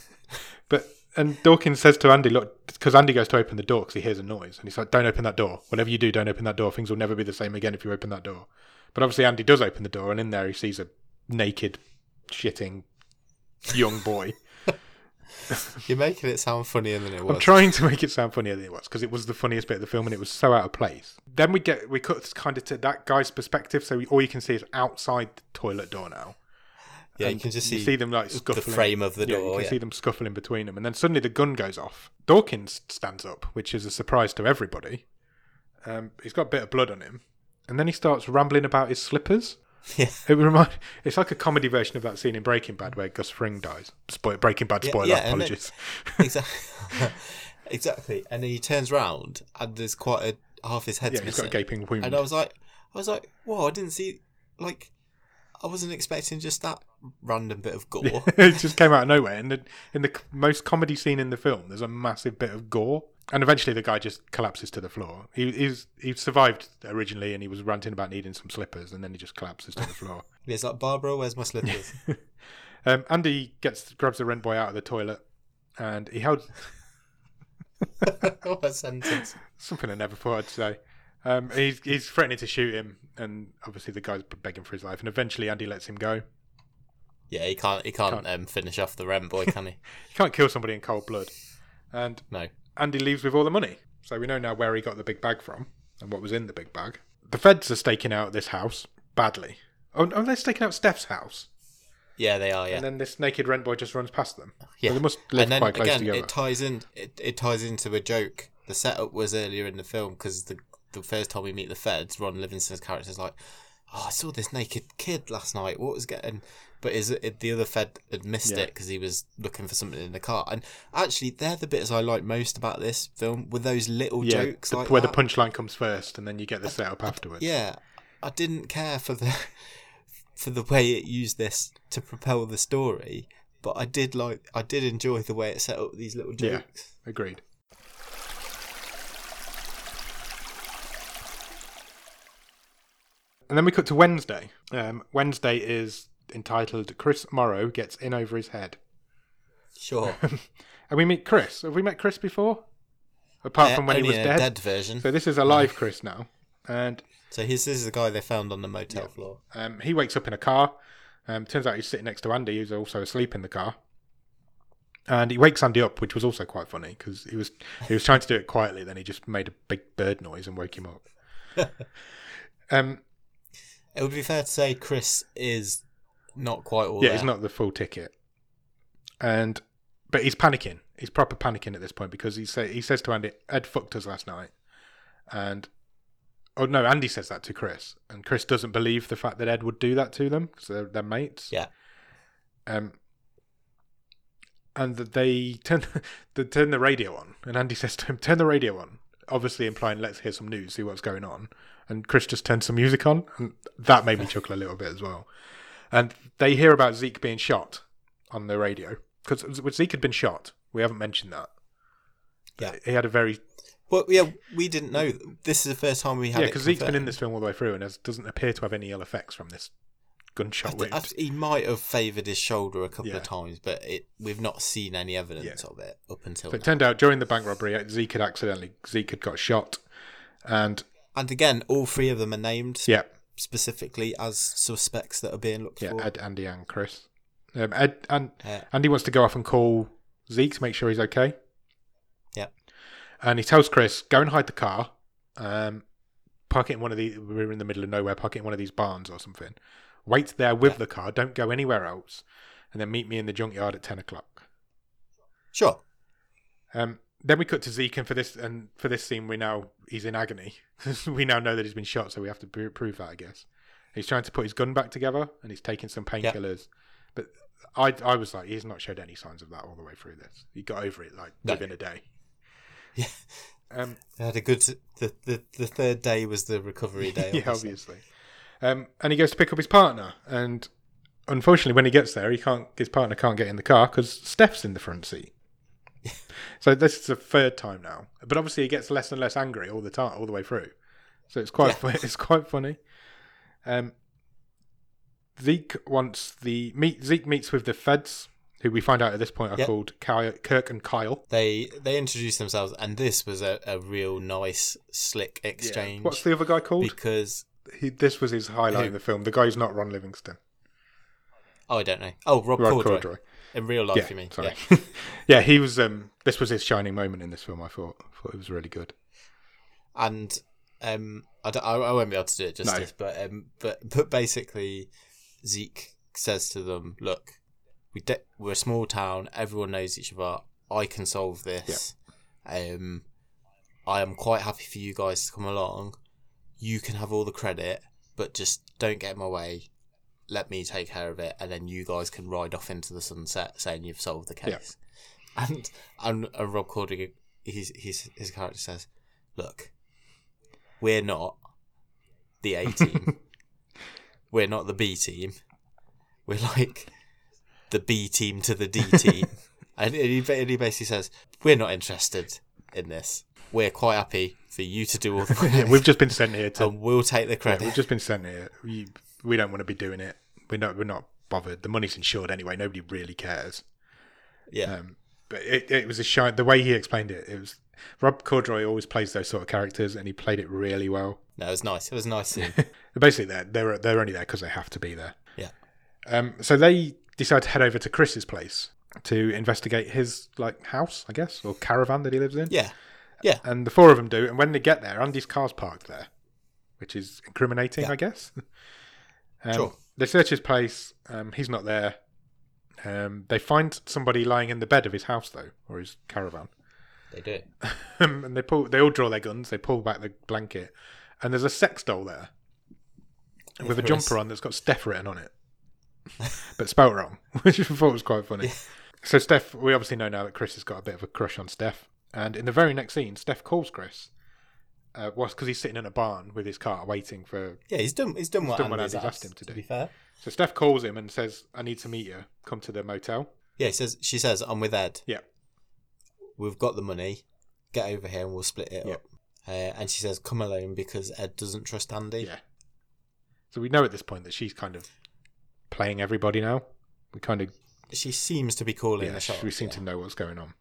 A: But and Dawkins says to Andy, look, because Andy goes to open the door because he hears a noise, and he's like, "Don't open that door. Whatever you do, don't open that door. Things will never be the same again if you open that door." But obviously, Andy does open the door, and in there he sees a naked, shitting young boy.
B: You're making it sound funnier than it was.
A: I'm trying to make it sound funnier than it was because it was the funniest bit of the film, and it was so out of place. Then we get we cut kind of to that guy's perspective, so we, all you can see is outside the toilet door now.
B: yeah, you
A: and
B: can just see,
A: you see
B: [LAUGHS]
A: them like
B: the
A: scuffling.
B: frame of the
A: Yeah, you
B: door.
A: can
B: Yeah.
A: see them scuffling between them, and then suddenly the gun goes off. Dawkins stands up, which is a surprise to everybody. Um, he's got a bit of blood on him, and then he starts rambling about his slippers.
B: [LAUGHS] Yeah.
A: It remind it's like a comedy version of that scene in Breaking Bad where Gus Fring dies. Spoil Breaking Bad
B: Yeah,
A: spoiler.
B: yeah, and it-
A: apologies.
B: exactly. [LAUGHS] exactly. And then he turns round and there's quite a half his head's
A: yeah, he's got
B: missing.
A: a gaping wound.
B: and I was like, I was like, whoa! I didn't see like. I wasn't expecting just that random bit of [LAUGHS] gore.
A: [LAUGHS] it just came out of nowhere. And in, in the c- most comedy scene in the film, there's a massive bit of gore. And eventually the guy just collapses to the floor. He, he's, he survived originally and he was ranting about needing some slippers and then he just collapses to the floor.
B: It's like Barbara, where's my slippers?
A: Um, Andy gets grabs the rent boy out of the toilet and he held
B: [LAUGHS] what a sentence.
A: [LAUGHS] something I never thought I'd say. Um, he's, he's threatening to shoot him and obviously the guy's begging for his life. And eventually Andy lets him go.
B: Yeah, he can't. He can't, Um, finish off the Rem boy, can he? [LAUGHS]
A: You can't kill somebody in cold blood. And
B: No.
A: Andy leaves with all the money. So we know now where he got the big bag from and what was in the big bag. The feds are staking out this house badly. Oh, oh they're staking out Steph's house.
B: Yeah, they are. Yeah,
A: And then this naked rent boy just runs past them.
B: yeah.
A: So they must live
B: and then
A: quite close
B: again,
A: together.
B: it ties in. It, it ties into a joke. The setup was earlier in the film because the the first time we meet the feds, Ron Livingston's character is like, "Oh, I saw this naked kid last night. What was getting?" But is it, the other Fed had missed it
A: Yeah.
B: 'cause it because he was looking for something in the car? And actually, they're the bits I like most about this film were those little
A: yeah,
B: jokes
A: the-
B: like
A: where
B: that.
A: the punchline comes first and then you get the
B: [LAUGHS]
A: setup afterwards.
B: Yeah, I didn't care for the [LAUGHS] for the way it used this to propel the story, but I did like I did enjoy the way it set up these little
A: Yeah.
B: jokes.
A: Agreed. And then we cut to Wednesday. Um, Wednesday is entitled Chris Morrow Gets In Over His Head. [LAUGHS]
B: Sure.
A: And we meet Chris. Have we met Chris before? Apart from when he
B: Uh,
A: was
B: Only in a
A: dead.
B: dead
A: [LAUGHS]
B: version.
A: So this is a live Chris now. And
B: So he's this is the guy they found on the motel floor.
A: um, he wakes up in a car. Um, turns out he's sitting next to Andy, who's also asleep in the car. And he wakes Andy up, which was also quite funny because he was he was trying to do it quietly. Then he just made a big bird noise and woke him up.
B: [LAUGHS]
A: um,
B: It would be fair to say Chris is not quite all
A: yeah,
B: there.
A: he's not the full ticket, and but he's panicking. He's proper panicking at this point because he say he says to Andy, "Ed fucked us last night," and oh no, Andy says that to Chris, and Chris doesn't believe the fact that Ed would do that to them because they're, they're mates.
B: Yeah.
A: Um. And that they turn [LAUGHS] they turn the radio on, and Andy says to him, "Turn the radio on." Obviously implying, "Let's hear some news, see what's going on." And Chris just turns some music on, and that made me chuckle a little bit as well and they hear about Zeke being shot on the radio because Zeke had been shot. We haven't mentioned that.
B: Yeah.
A: he had a very
B: Well, yeah, we didn't know. This is the first time we had
A: yeah
B: it
A: because Zeke's been in
B: confirmed.
A: this film all the way through and has, doesn't appear to have any ill effects from this gunshot wound.
B: I- I- he might have favoured his shoulder a couple
A: Yeah.
B: of times, but it, we've not seen any evidence of it up until
A: but it
B: now.
A: turned out during the bank robbery, uh, Zeke had accidentally Zeke had got shot, and
B: And again, all three of them are named
A: yeah,
B: specifically as suspects that are being looked
A: yeah,
B: for. Uh,
A: Ed, Andy, and Chris. Um, Ed and
B: Yeah.
A: Andy wants to go off and call Zeke to make sure he's okay.
B: Yep.
A: And he tells Chris, go and hide the car. Um, park it in one of the. We're in the middle of nowhere. Park it in one of these barns or something. Wait there with the car. Don't go anywhere else. And then meet me in the junkyard at ten o'clock.
B: Sure.
A: Um, then we cut to Zeke, and for this and for this scene, we now he's in agony. [LAUGHS] we now know that he's been shot, so we have to pr- prove that, I guess. He's trying to put his gun back together, and he's taking some painkillers. But I, I was like, he's not showed any signs of that all the way through this. He got over it like
B: No.
A: within a day.
B: Yeah.
A: Um,
B: They had a good. The, the, the third day was the recovery day.
A: [LAUGHS] yeah,
B: obviously.
A: obviously. Um, and he goes to pick up his partner, and unfortunately, when he gets there, he can't. His partner can't get in the car because Steph's in the front
B: [LAUGHS]
A: seat. so this is the third time now, but obviously he gets less and less angry all the time, all the way through. So it's quite fu- it's quite funny. Um, Zeke wants the meet. Zeke meets with the feds, who we find out at this point are
B: Yep.
A: called Kyle, Kirk and Kyle.
B: They they introduced themselves, and this was a, a real nice, slick exchange.
A: What's the other guy called?
B: because
A: He, this was his highlight
B: Who?
A: in the film. The guy who's not Ron Livingston,
B: oh, I don't know. Oh, Rob,
A: Rod
B: Corddry.
A: Corddry.
B: in real life,
A: yeah,
B: you mean?
A: sorry.
B: Yeah.
A: [LAUGHS] Yeah. he was. Um, this was his shining moment in this film. I thought thought it was really good.
B: And um, I, don't- I, I won't be able to do it justice, but um, but but basically, Zeke says to them, "Look, we de- we're a small town. Everyone knows each other. I can solve this. Um, I am quite happy for you guys to come along. You can have all the credit, but just don't get in my way. Let me take care of it, and then you guys can ride off into the sunset, saying you've solved the case." And and uh, Rob Corddry, he's, he's his character says, "Look,
A: [LAUGHS]
B: we're not the A team. we're not the B team. We're like the B team to the D
A: [LAUGHS]
B: team. and he ba- and he basically says, We're not interested in this. We're quite happy for you to do
A: [LAUGHS]
B: all the work.
A: Yeah, we've just been sent
B: [LAUGHS]
A: here to.
B: and we'll take the
A: yeah,
B: credit.
A: we've just been sent here. We, we don't want to be doing it. We're not. We're not bothered. The money's insured anyway. Nobody really cares.
B: yeah.
A: Um, but it, it was a shine. The way he explained it, it was Rob Corddry always plays those sort of characters, and he played it really well.
B: No, it was nice. It was
A: [LAUGHS]
B: nice. scene.
A: Basically, they're they're, they're only there because they have to be there.
B: Yeah.
A: Um, so they decide to head over to Chris's place to investigate his like house, I guess, or caravan that he lives in.
B: yeah.
A: And the four of them do. And when they get there, Andy's car's parked there, which is incriminating,
B: Yeah.
A: I guess. [LAUGHS] Um,
B: Sure.
A: They search his place. Um, he's not there. Um, they find somebody lying in the bed of his house, though, or his caravan.
B: They do.
A: Um, [LAUGHS] and they pull. They all draw their guns. They pull back the blanket, and there's a sex doll there with a
B: there is.
A: jumper on that's got Steph written on it, [LAUGHS] but spelt wrong, [LAUGHS] which I thought was quite funny. So Steph, we obviously know now that Chris has got a bit of a crush on Steph, and in the very next scene, Steph calls Chris. Uh, was because he's sitting in a barn with his car waiting for.
B: Yeah, he's done. He's done what
A: done what
B: Andy's
A: Andy's asked
B: asked,
A: him to
B: To
A: do.
B: be fair.
A: So Steph calls him and says, "I need to meet you. Come to the motel."
B: Yeah, he says she says I'm with Ed.
A: Yeah.
B: We've got the money. Get over here and we'll split it
A: Yeah.
B: up. Uh, and she says come alone because Ed doesn't trust Andy.
A: Yeah. So we know at this point that she's kind of playing everybody now. We kind of
B: She seems to be calling the
A: Yeah,
B: shots.
A: we seem
B: yeah.
A: to know what's going on.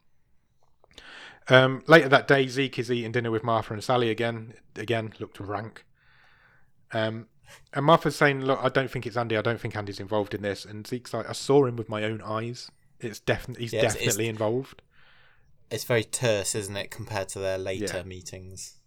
A: Um, later that day, Zeke is eating dinner with Martha and Sally again. Again, looked rank. Um, and Martha's saying, "Look, I don't think it's Andy. I don't think Andy's involved in this." And Zeke's like, "I saw him with my own eyes. It's definitely he's
B: Yeah, it's- it's-
A: definitely involved."
B: It's very terse, isn't it, compared to their later
A: Yeah.
B: meetings?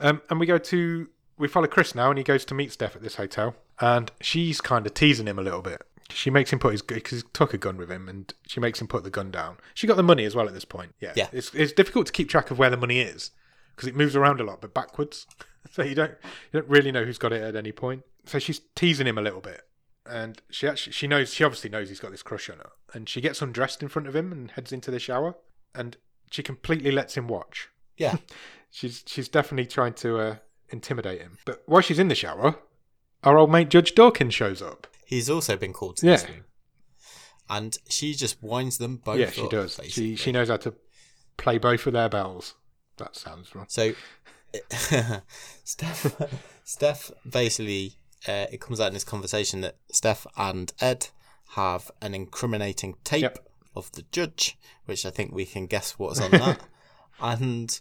A: Um, and we go to we follow Chris now, and he goes to meet Steph at this hotel, and she's kind of teasing him a little bit. She makes him put his because he took a gun with him, and she makes him put the gun down. She got the money as well at this point. Yeah,
B: Yeah.
A: It's it's difficult to keep track of where the money is because it moves around a lot, but backwards, [LAUGHS] so you don't you don't really know who's got it at any point. So she's teasing him a little bit, and she actually she knows she obviously knows he's got this crush on her, and she gets undressed in front of him and heads into the shower, and she completely lets him watch. [LAUGHS]
B: Yeah.
A: She's she's definitely trying to uh, intimidate him. But while she's in the shower, our old mate Judge Dawkins shows up.
B: He's also been called to this
A: Yeah.
B: room. And she just winds them both
A: yeah, she
B: up,
A: does.
B: basically.
A: She she knows how to play both of their bells. That sounds wrong.
B: So, [LAUGHS] Steph, Steph basically, uh, it comes out in this conversation that Steph and Ed have an incriminating tape
A: Yep.
B: of the judge, which I think we can guess what's on that. and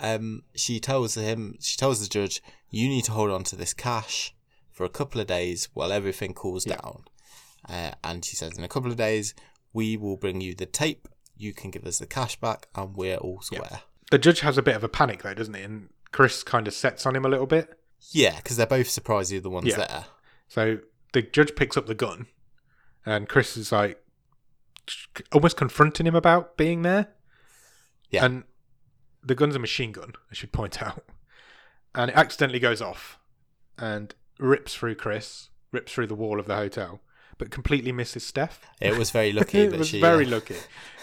B: um, she tells him, she tells the judge, you need to hold on to this cash for a couple of days while everything cools down. Uh, and she says, in a couple of days, we will bring you the tape. You can give us the cash back, and we're all square.
A: The judge has a bit of a panic though, doesn't he? And Chris kind of sets on him a little bit.
B: Yeah, because they're both surprised you're the ones
A: Yeah.
B: there.
A: So the judge picks up the gun, and Chris is like almost confronting him about being there.
B: Yeah.
A: And the gun's a machine gun, I should point [LAUGHS] out. And it accidentally goes off and rips through Chris, rips through the wall of the hotel, but completely misses Steph.
B: It
A: [LAUGHS]
B: was very lucky
A: it
B: that
A: was
B: she
A: very
B: uh,
A: lucky.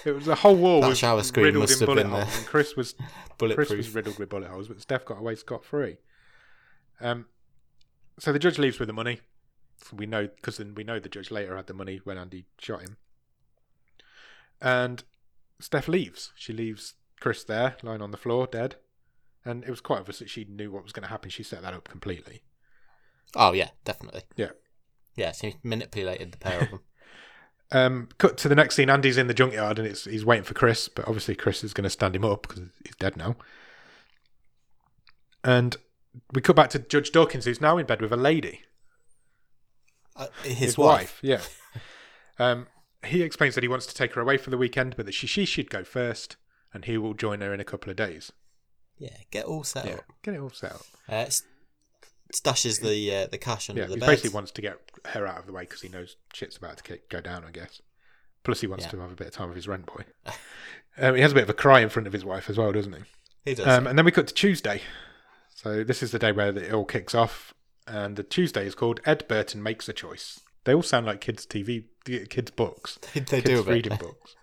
A: It was the whole wall
B: That
A: was
B: shower screen
A: riddled
B: must
A: in
B: have
A: bullet
B: been there.
A: holes, and Chris was Chris was
B: bulletproof.
A: riddled with bullet holes, but Steph got away scot free. Um, so the judge leaves with the money. We know because then we know the judge later had the money when Andy shot him. And Steph leaves. She leaves Chris there, lying on the floor, dead. And it was quite obvious that she knew what was going to happen. She set that up completely.
B: Oh yeah, definitely.
A: Yeah.
B: Yeah, she manipulated the pair
A: [LAUGHS]
B: of them.
A: Um, cut to the next scene. Andy's in the junkyard and it's he's waiting for Chris, but obviously Chris is going to stand him up because he's dead now. And we cut back to Judge Dawkins, who's now in bed with a lady.
B: Uh, his, wife.
A: Yeah. [LAUGHS] Um, he explains that he wants to take her away for the weekend, but that she, she should go first, and he will join her in a couple of days.
B: Yeah, get all set up.
A: Get it all set up.
B: Uh, s- stashes the uh, the cash under
A: Yeah,
B: the
A: he
B: bed.
A: basically wants to get her out of the way because he knows shit's about to kick, go down, I guess. Plus, he wants
B: Yeah.
A: to have a bit of time with his rent boy. [LAUGHS] um, he has a bit of a cry in front of his wife as well, doesn't he?
B: He does.
A: Um, and then we cut to Tuesday. So this is the day where it all kicks off, and the Tuesday is called Ed Burton Makes a Choice. They all sound like kids' TV, kids' books,
B: [LAUGHS] they
A: kids'
B: do a bit.
A: reading books.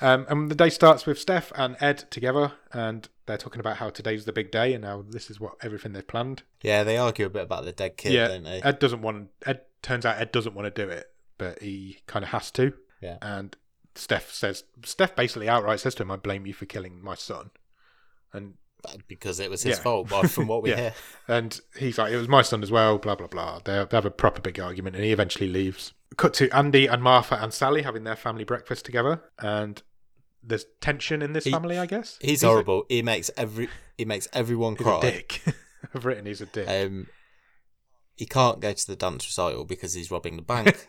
A: Um, and the day starts with Steph and Ed together, and they're talking about how today's the big day and how this is what everything they've planned.
B: Yeah, they argue a bit about the dead kid,
A: Yeah, Uh,
B: don't they?
A: Ed doesn't want. Ed turns out Ed doesn't want to do it, but he kind of has to.
B: Yeah.
A: And Steph says, Steph basically outright says to him, "I blame you for killing my son," and
B: because it was his
A: Yeah.
B: fault, but from what
A: [LAUGHS]
B: we
A: Yeah.
B: hear.
A: and he's like, "It was my son as well." Blah blah blah. They they have a proper big argument, and he eventually leaves. Cut to Andy and Martha and Sally having their family breakfast together, and there's tension in this
B: He-
A: family, I guess.
B: He's
A: a-
B: horrible. he makes every he makes everyone
A: He's a
B: cry.
A: dick. [LAUGHS] I've written he's a dick.
B: Um, he can't go to the dance recital because he's robbing
A: [LAUGHS]
B: the bank.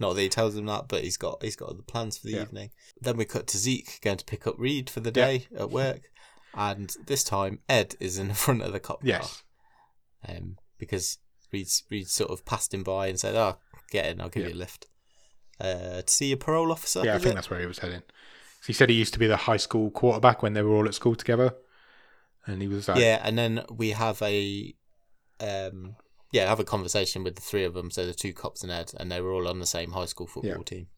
B: Not that he tells them that, but he's got he's got other plans for the
A: Yeah.
B: evening. Then we cut to Zeke going to pick up Reed for the
A: Yeah.
B: day at work, and this time Ed is in [LAUGHS] front of the cop
A: yes.
B: car um, because Reed's Reed's sort of passed him by and said, "Oh, get in, I'll give
A: Yeah.
B: you a lift." Uh, to see your parole officer.
A: Yeah, I
B: is
A: think
B: it?
A: that's where he was heading. So he said he used to be the high school quarterback when they were all at school together, and he was like,
B: Yeah, and then we have a, um, yeah, have a conversation with the three of them. So the two cops and Ed, and they were all on the same high school football
A: Yeah.
B: team.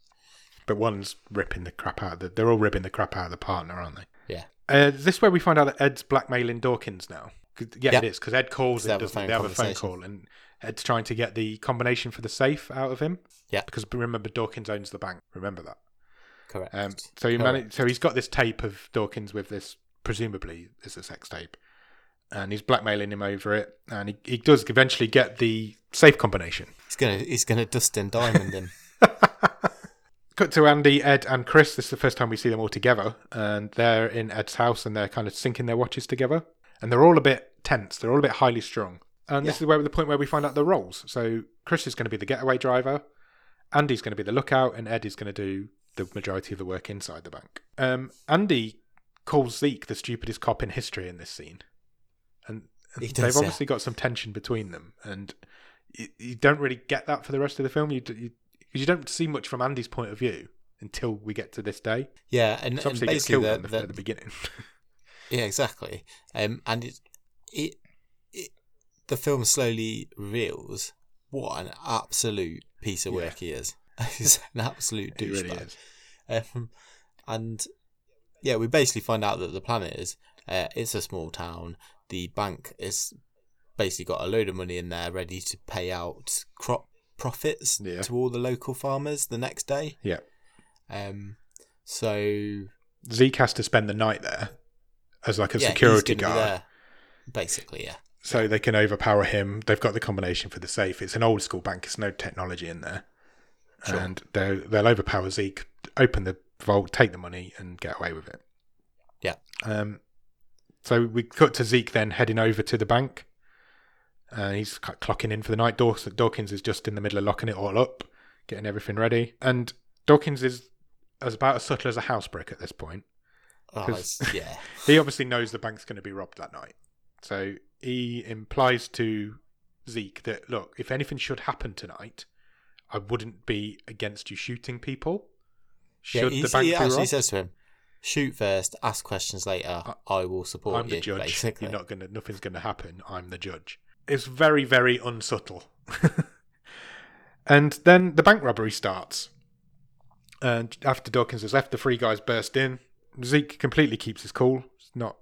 A: but one's ripping the crap out. Of the, they're all ripping the crap out of the partner, aren't they?
B: Yeah.
A: Uh, is this where we find out that Ed's blackmailing Dawkins now? 'Cause- Yeah,
B: Yeah.
A: it is because Ed calls
B: They
A: him.
B: have a
A: Doesn't he?
B: phone
A: They have a phone
B: conversation.
A: call, and Ed's trying to get the combination for the safe out of him.
B: Yeah.
A: because remember Dawkins owns the bank. Remember that.
B: Correct.
A: Um, so he
B: Correct.
A: managed, So he's got this tape of Dawkins with this, presumably, it's a sex tape, and he's blackmailing him over it. And he, he does eventually get the safe combination.
B: he's gonna he's gonna dust and diamond him.
A: Cut to Andy, Ed, and Chris. This is the first time we see them all together, and they're in Ed's house, and they're kind of syncing their watches together, and they're all a bit tense. They're all a bit highly strung, and this is where the point where we find out the roles. So Chris is going to be the getaway driver, Andy's going to be the lookout, and Ed is going to do the majority of the work inside the bank. Um, Andy calls Zeke the stupidest cop in history in this scene, and
B: He
A: they've
B: does, yeah.
A: obviously got some tension between them, and you, you don't really get that for the rest of the film. You, d- you because you don't see much from Andy's point of view until we get to this day.
B: [LAUGHS] Yeah, and,
A: It's
B: and
A: obviously he gets
B: basically
A: killed
B: the,
A: in the,
B: the-
A: at the beginning.
B: yeah, exactly. Um, and it, it it the film slowly reveals what an absolute piece of
A: Yeah.
B: work he is. [LAUGHS] he's an absolute
A: it
B: douchebag.
A: really is.
B: Um, and yeah, we basically find out that the planet is uh, it's a small town. The bank is basically got a load of money in there ready to pay out crop profits
A: Yeah.
B: to all the local farmers the next day.
A: Yeah.
B: Um, so
A: Zeke has to spend the night there as like a
B: yeah, he's
A: security
B: gonna be
A: guard,
B: there, basically, yeah.
A: so they can overpower him. They've got the combination for the safe. It's an old school bank. It's no technology in there,
B: Sure.
A: and they'll they'll overpower Zeke, open the vault, take the money, and get away with it.
B: Yeah.
A: Um. So we cut to Zeke then heading over to the bank. Uh, he's c- clocking in for the night. Daw- Dawkins is just in the middle of locking it all up, getting everything ready. And Dawkins is as about as subtle as a house brick at this point.
B: Oh,
A: 'Cause- [LAUGHS]
B: it's- yeah,
A: He obviously knows the bank's going to be robbed that night. So he implies to Zeke that, look, if anything should happen tonight, I wouldn't be against you shooting people.
B: yeah.
A: Should the
B: he's-
A: bank
B: He
A: be
B: actually
A: robbed?
B: says to him, "Shoot first, ask questions later. I, will support
A: I'm
B: you."
A: the judge.
B: Basically,
A: You're not gonna. Nothing's gonna happen. I'm the judge. It's very, very unsubtle. [LAUGHS] and then the bank robbery starts. And after Dawkins has left, the three guys burst in. Zeke completely keeps his cool. He's not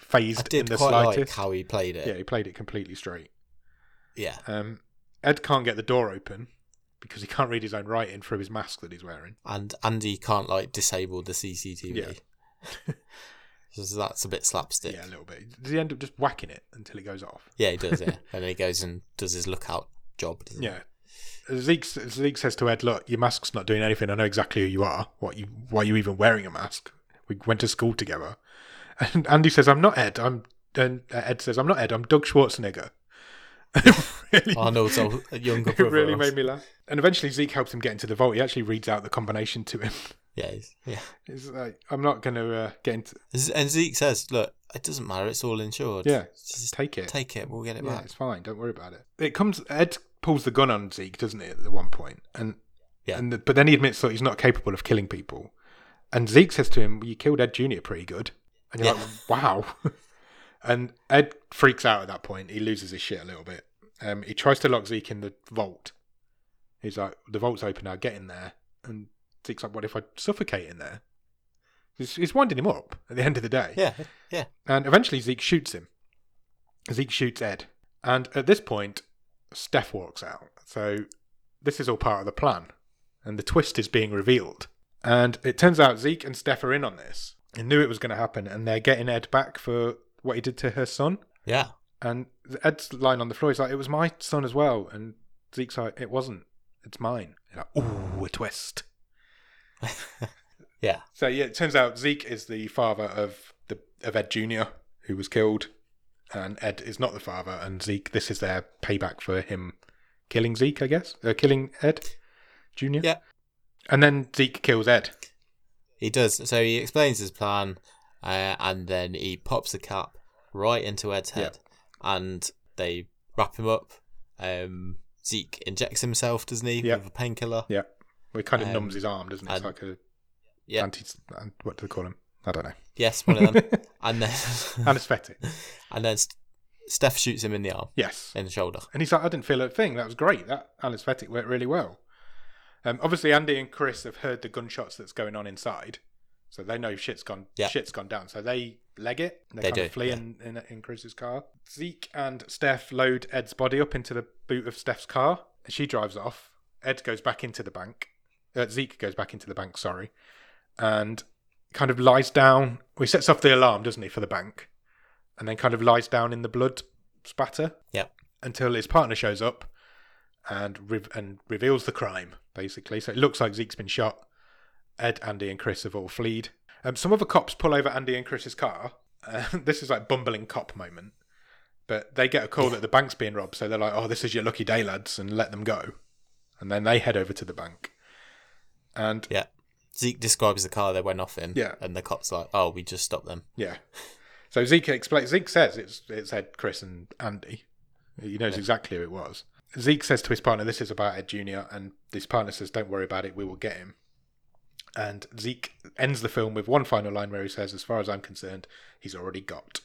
B: I
A: phased in
B: did
A: the
B: quite like
A: slightest.
B: how he played it.
A: yeah, he played it completely straight.
B: yeah.
A: Um, Ed can't get the door open because he can't read his own writing through his mask that he's wearing.
B: and Andy can't like disable the CCTV. [LAUGHS] so that's a bit slapstick.
A: Yeah,
B: Yeah,
A: a little bit. Does he end up just whacking it until it goes off?
B: he does. Yeah, and then he goes and does his lookout job. Doesn't
A: Yeah. Zeke, Zeke says to Ed, "Look, your mask's not doing anything. I know exactly who you are. What you? Why are you even wearing a mask? We went to school together." [LAUGHS] And Andy says, "I'm not Ed. I'm." And uh, Ed says, "I'm not Ed. I'm Doug Schwarzenegger." [LAUGHS]
B: he?
A: really,
B: Arnold's old,
A: [LAUGHS]
B: younger
A: it
B: brother.
A: really made me laugh. And eventually, Zeke helps him get into the vault. He actually reads out the combination to him. [LAUGHS]
B: Yeah, he's- yeah.
A: It's like, "I'm not going to uh, get into.
B: Z- And Zeke says, "Look, it doesn't matter. It's all insured.
A: Yeah,
B: just
A: take it.
B: take it. We'll get it
A: yeah,
B: back."
A: it's fine. Don't worry about it. It comes. Ed pulls the gun on Zeke, doesn't he? At the one point, and
B: Yeah.
A: and the, but then he admits that he's not capable of killing people. And Zeke says to him, well, "You killed Ed Junior pretty good." And you're
B: Yeah.
A: like, "Wow." [LAUGHS] and Ed freaks out at that point. He loses his shit a little bit. Um, he tries to lock Zeke in the vault. He's like, "The vault's open now. Get in there." And It's like, what if I suffocate in there? It's, it's winding him up at the end of the day.
B: Yeah.
A: And eventually Zeke shoots him. Zeke shoots Ed. And at this point, Steph walks out. So this is all part of the plan. And the twist is being revealed. And it turns out Zeke and Steph are in on this and knew it was going to happen. And they're getting Ed back for what he did to her son.
B: Yeah.
A: And Ed's lying on the floor. He's like, it was my son as well. And Zeke's like, it wasn't. It's mine. And like, ooh, a twist.
B: [LAUGHS] Yeah.
A: So yeah, it turns out Zeke is the father of the of Ed Jr., who was killed, and Ed is not the father. And Zeke, this is their payback for him killing Zeke, I guess, uh, killing Ed Jr.
B: Yeah.
A: And then Zeke kills Ed.
B: He does. So he explains his plan, uh, and then he pops the cap right into Ed's
A: Yeah.
B: head, and they wrap him up. Um, Zeke injects himself, doesn't he,
A: Yeah.
B: with a painkiller?
A: Yeah. Well, it kind of
B: Um,
A: numbs his arm, doesn't it? It's
B: and-
A: like a
B: yeah.
A: anti. an- What do they call him? I don't know.
B: Yes, one of them.
A: [LAUGHS]
B: and then [LAUGHS]
A: Anesthetic.
B: and then St- Steph shoots him in the arm,
A: Yes.
B: in the shoulder.
A: And he's like, I didn't feel a thing. That was great. That anesthetic worked really well. Um, obviously, Andy and Chris have heard the gunshots that's going on inside, so they know shit's gone.
B: Yeah.
A: Shit's gone down. So they leg it. They,
B: They
A: kind of
B: do,
A: flee
B: yeah.
A: in, in in Chris's car. Zeke and Steph load Ed's body up into the boot of Steph's car. She drives off. Ed goes back into the bank. Uh, Zeke goes back into the bank. Sorry, and kind of lies down. Well, he sets off the alarm, doesn't he, for the bank, and then kind of lies down in the blood spatter
B: Yeah.
A: until his partner shows up and re- and reveals the crime basically. So it looks like Zeke's been shot. Ed, Andy, and Chris have all fled. Um, some other cops pull over Andy and Chris's car. Uh, [LAUGHS] this is like bumbling cop moment, but they get a call that the bank's being robbed, so they're like, "Oh, this is your lucky day, lads," and let them go. And then they head over to the bank, and
B: Yeah. Zeke describes the car they went off in.
A: Yeah.
B: And the cops like, oh, we just stopped them.
A: Yeah. So Zeke explains. Zeke says it's it's Ed, Chris, and Andy. He knows exactly who it was. Zeke says to his partner, "This is about Ed Junior," and his partner says, "Don't worry about it. We will get him." And Zeke ends the film with one final line where he says, "As far as I'm concerned, he's already got."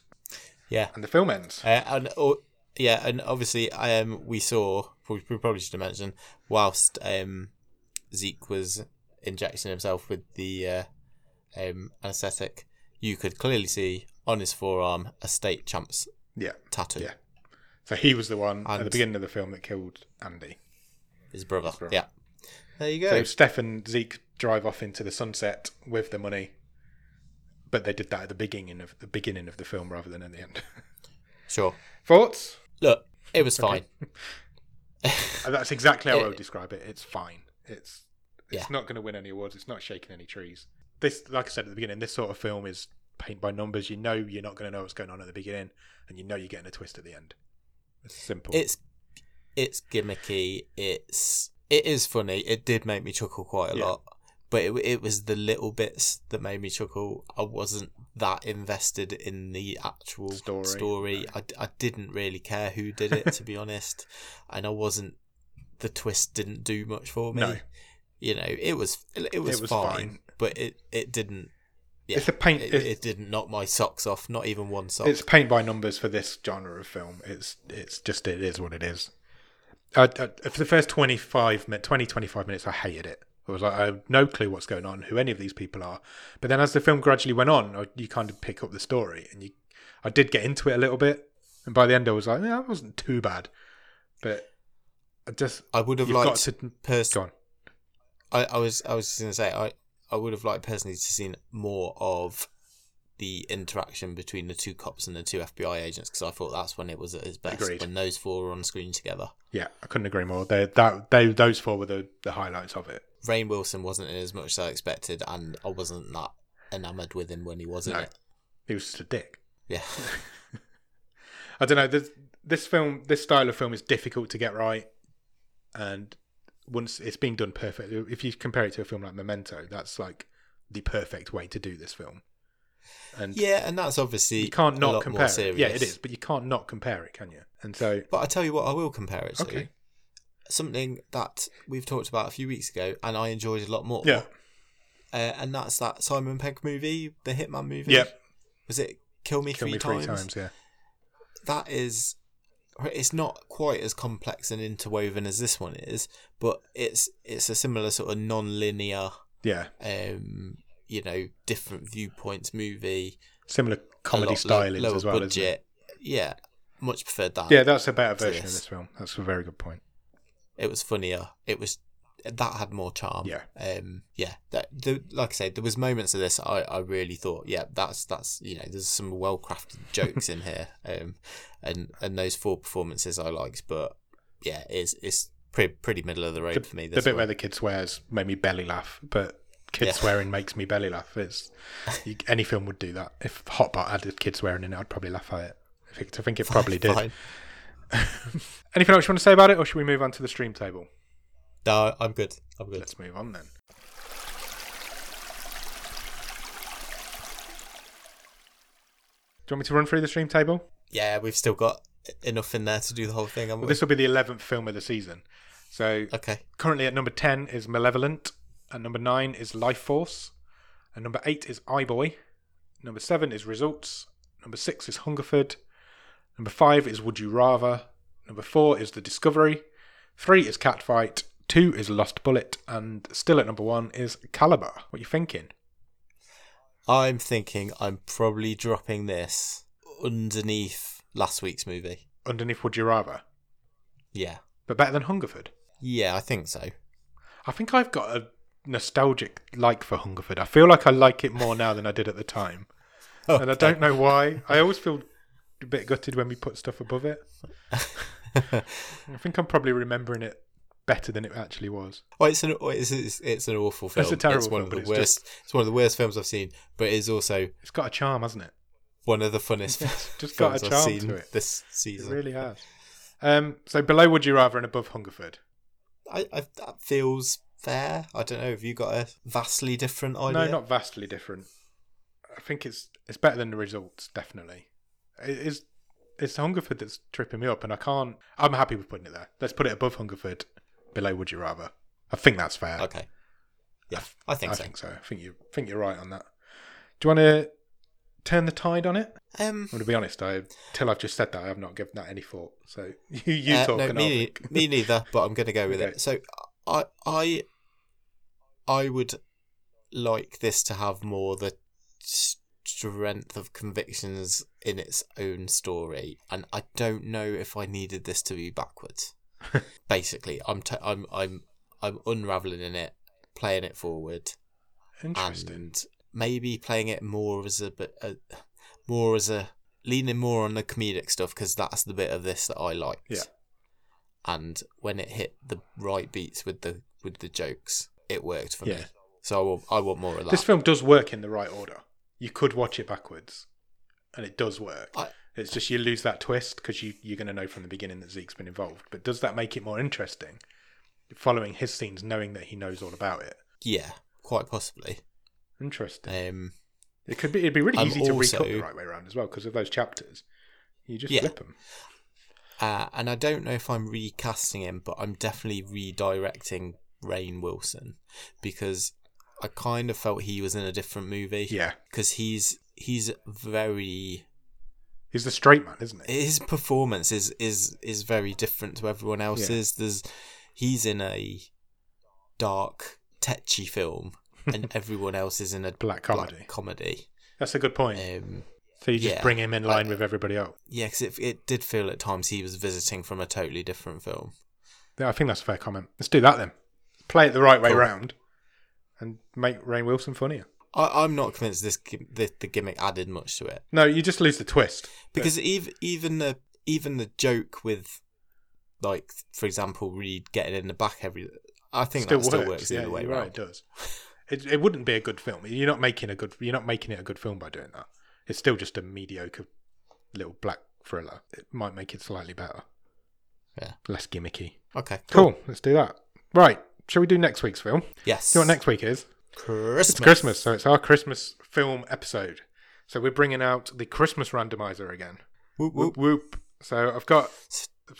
B: Yeah.
A: And the film ends.
B: Uh, and oh, yeah, and obviously, um, we saw we we probably should have mentioned whilst um, Zeke was injecting himself with the uh, um, anaesthetic, you could clearly see on his forearm a state champs
A: Yeah.
B: tattoo.
A: Yeah. So he was the one at the
B: And-
A: beginning of the film that killed Andy.
B: His brother.
A: brother.
B: Yeah. There you go.
A: So Steph and Zeke drive off into the sunset with the money, but they did that at the beginning of the beginning of the film rather than at the end. [LAUGHS]
B: sure.
A: Thoughts?
B: Look, it was fine.
A: And that's exactly how I
B: It-
A: would describe it. It's fine. It's it's
B: Yeah.
A: not going to win any awards. It's not shaking any trees. This, like I said at the beginning, this sort of film is paint by numbers. You know you're not going to know what's going on at the beginning, and you know you're getting a twist at the end. It's simple.
B: It's it's gimmicky. It's it is funny. It did make me chuckle quite a
A: Yeah.
B: lot, but it it was the little bits that made me chuckle. I wasn't that invested in the actual
A: Story,
B: story. I, I didn't really care who did
A: [LAUGHS]
B: it to be honest, and I wasn't. The twist didn't do much for me.
A: No.
B: You know, it was it was,
A: It was
B: fine,
A: fine.
B: but it it didn't. Yeah,
A: It's a paint-
B: It,
A: it's-
B: it didn't knock my socks off. Not even one sock.
A: it's paint by numbers for this genre of film. It's it's just it is what it is. I, I, for the first 25 minutes, 20, 25 minutes, I hated it. I was like, I have no clue what's going on, who any of these people are. But then as the film gradually went on, I- you kind of pick up the story and you, I did get into it a little bit. And by the end, I was like, yeah, that wasn't too bad. But I just,
B: I would have
A: you've
B: liked
A: got to,
B: pers-
A: go on.
B: I, I was I was just gonna say I, I would have liked personally to seen more of the interaction between the two cops and the two FBI agents because I thought that's when it was at its best
A: Agreed.
B: when those four were on screen together.
A: Yeah, I couldn't agree more. They, that, they, those four were the, the highlights of it.
B: Rain Wilson wasn't in as much as I expected, and I wasn't that enamored with him when he was in
A: No.
B: it.
A: He was just a dick. [LAUGHS]
B: Yeah,
A: I don't know. This, this film, this style of film, is difficult to get right, and once it's been done perfectly, if you compare it to a film like Memento, that's like the perfect way to do this film. And
B: yeah, and that's obviously
A: you can't
B: a
A: not
B: lot
A: compare.
B: more
A: It.
B: serious.
A: Yeah, it is, but you can't not compare it, can you? And so,
B: But I tell you what, I will compare it to
A: Okay.
B: something that we've talked about a few weeks ago, and I enjoyed a lot more.
A: yeah,
B: uh, and that's that Simon Pegg movie, the Hitman movie.
A: Yep.
B: was it Kill Me,
A: kill
B: three,
A: me three
B: times?
A: times. Yeah,
B: That is, it's not quite as complex and interwoven as this one is, but it's it's a similar sort of non-linear
A: Yeah.
B: um, you know, different viewpoints movie,
A: Similar
B: a
A: comedy
B: lot lo-
A: stylings
B: lower
A: as well, isn't it?
B: budget. Yeah, much preferred that.
A: Yeah, that's a better version
B: this.
A: of this film. That's a very good point.
B: it was funnier. It was that had more charm.
A: Yeah.
B: um, yeah. That the like I say, there was moments of this I, I really thought, yeah, that's that's you know, there's some
A: [LAUGHS]
B: well crafted jokes in here, um, and and those four performances I liked, but yeah, it's it's pretty pretty middle of the road for me.
A: the
B: This
A: bit
B: one.
A: where the kid swears made me belly laugh, but kid
B: Yeah.
A: swearing makes me belly laugh. It's you, any film would do that. If Hot Bot had a kid swearing in it, I'd probably laugh at it. I think, I think it
B: [LAUGHS]
A: probably did.
B: Fine.
A: Anything else you want to say about it, or should we move on to the stream table?
B: No, I'm good. I'm good.
A: Let's move on then. Do you want me to run through the stream table?
B: Yeah, we've still got enough in there to do the whole thing. haven't
A: Well,
B: we?
A: this will be the eleventh film of the season. So
B: Okay.
A: currently at number 10 is Malevolent. At number 9 is Life Force. At number 8 is iBoy. Number 7 is Results. Number 6 is Hungerford. Number 5 is Would You Rather. Number 4 is The Discovery. 3 is Catfight. 2 is Lost Bullet. And still at number 1 is Caliber. What are you thinking?
B: I'm thinking I'm probably dropping this underneath last week's movie.
A: Underneath Would You Rather.
B: Yeah.
A: But better than Hungerford.
B: Yeah, I think so.
A: I think I've got a nostalgic like for Hungerford. I feel like I like it more now than I did at the time. and I don't know why. I always feel a bit gutted when we put stuff above it.
B: know.
A: I think I'm probably remembering it better than it actually was.
B: well, it's an oh, it's, it's it's an awful film.
A: It's a terrible
B: one
A: film,
B: of
A: but
B: the
A: it's
B: worst. It's one of the worst films I've seen, but it is also
A: It's got a charm, hasn't it?
B: one of the
A: [LAUGHS]
B: funnest
A: just got a
B: films I've
A: charm
B: seen
A: to it.
B: this
A: It
B: season.
A: really has. Um, so below Would You Rather and above Hungerford.
B: I, I that feels fair. I don't know. Have you got a vastly different idea?
A: No, not vastly different. I think it's it's better than the results, definitely. It is it's Hungerford that's tripping me up and I can't I'm happy with putting it there. Let's put it above Hungerford, below Would You Rather. I think that's fair.
B: Okay. Yeah, I think
A: I
B: so.
A: think so. I think you think you're right on that. Do you want to turn the tide on it?
B: Um,
A: I'm going to be honest. I till I've just said that I have not given that any thought. So [LAUGHS] you you
B: Uh,
A: talk
B: no,
A: and
B: me,
A: I'll
B: nei-
A: think.
B: me neither. But I'm going to go with
A: Okay.
B: it. So I I I would like this to have more the strength of convictions in its own story, and I don't know if I needed this to
A: [LAUGHS]
B: be backwards. Basically, I'm t- I'm I'm I'm unraveling in it, playing it forward,
A: Interesting.
B: and maybe playing it more as a bit a, more as a leaning more on the comedic stuff because that's the bit of this that I liked.
A: Yeah.
B: And when it hit the right beats with the with the jokes, it worked for me.
A: Yeah.
B: So I want I want more of that.
A: This film does work in the right order. You could watch it backwards, and it does work.
B: I-
A: it's just you lose that twist because you you're going to know from the beginning that Zeke's been involved. But does that make it more interesting? Following his scenes, knowing that he knows all about it.
B: yeah, quite possibly.
A: Interesting.
B: Um,
A: It could be. It'd be really
B: I'm
A: easy to
B: also-
A: recut the right way around as well because of those chapters. You just
B: Yeah.
A: flip them.
B: uh, and I don't know if I'm recasting him, but I'm definitely redirecting Rain Wilson because I kind of felt he was in a different movie.
A: Yeah,
B: because he's he's very
A: he's the straight man, isn't he?
B: his performance is is is very different to everyone else's. There's he's in a dark, tetchy film,
A: [LAUGHS]
B: and everyone else is in a
A: Black comedy.
B: black comedy.
A: That's a good point.
B: Um,
A: so you just
B: yeah.
A: bring him in line
B: I-
A: with everybody else.
B: yeah, because it, it did feel at times he was visiting from a totally different film.
A: Yeah, I think that's a fair comment. Let's do that then. Play it the right way
B: Cool.
A: round, and make Rain Wilson funnier.
B: I, I'm not convinced this gi- the, the gimmick added much to it
A: No, you just lose the twist.
B: because even even the even the joke with like for example Reed getting in the back every I think that still works the
A: yeah,
B: other way
A: you're right,
B: round.
A: it does. It, it wouldn't be a good film. You're not making a good. You're not making it a good film by doing that. It's still just a mediocre little black thriller. It might make it slightly better.
B: Yeah.
A: Less gimmicky.
B: Okay.
A: Cool. Let's do that. Right. Shall we do next week's film? Do
B: Yes.
A: you know what next week is?
B: Christmas.
A: It's Christmas, so it's our Christmas film episode. So we're bringing out the Christmas randomizer again. Whoop
B: Whoop, whoop.
A: whoop. So I've got.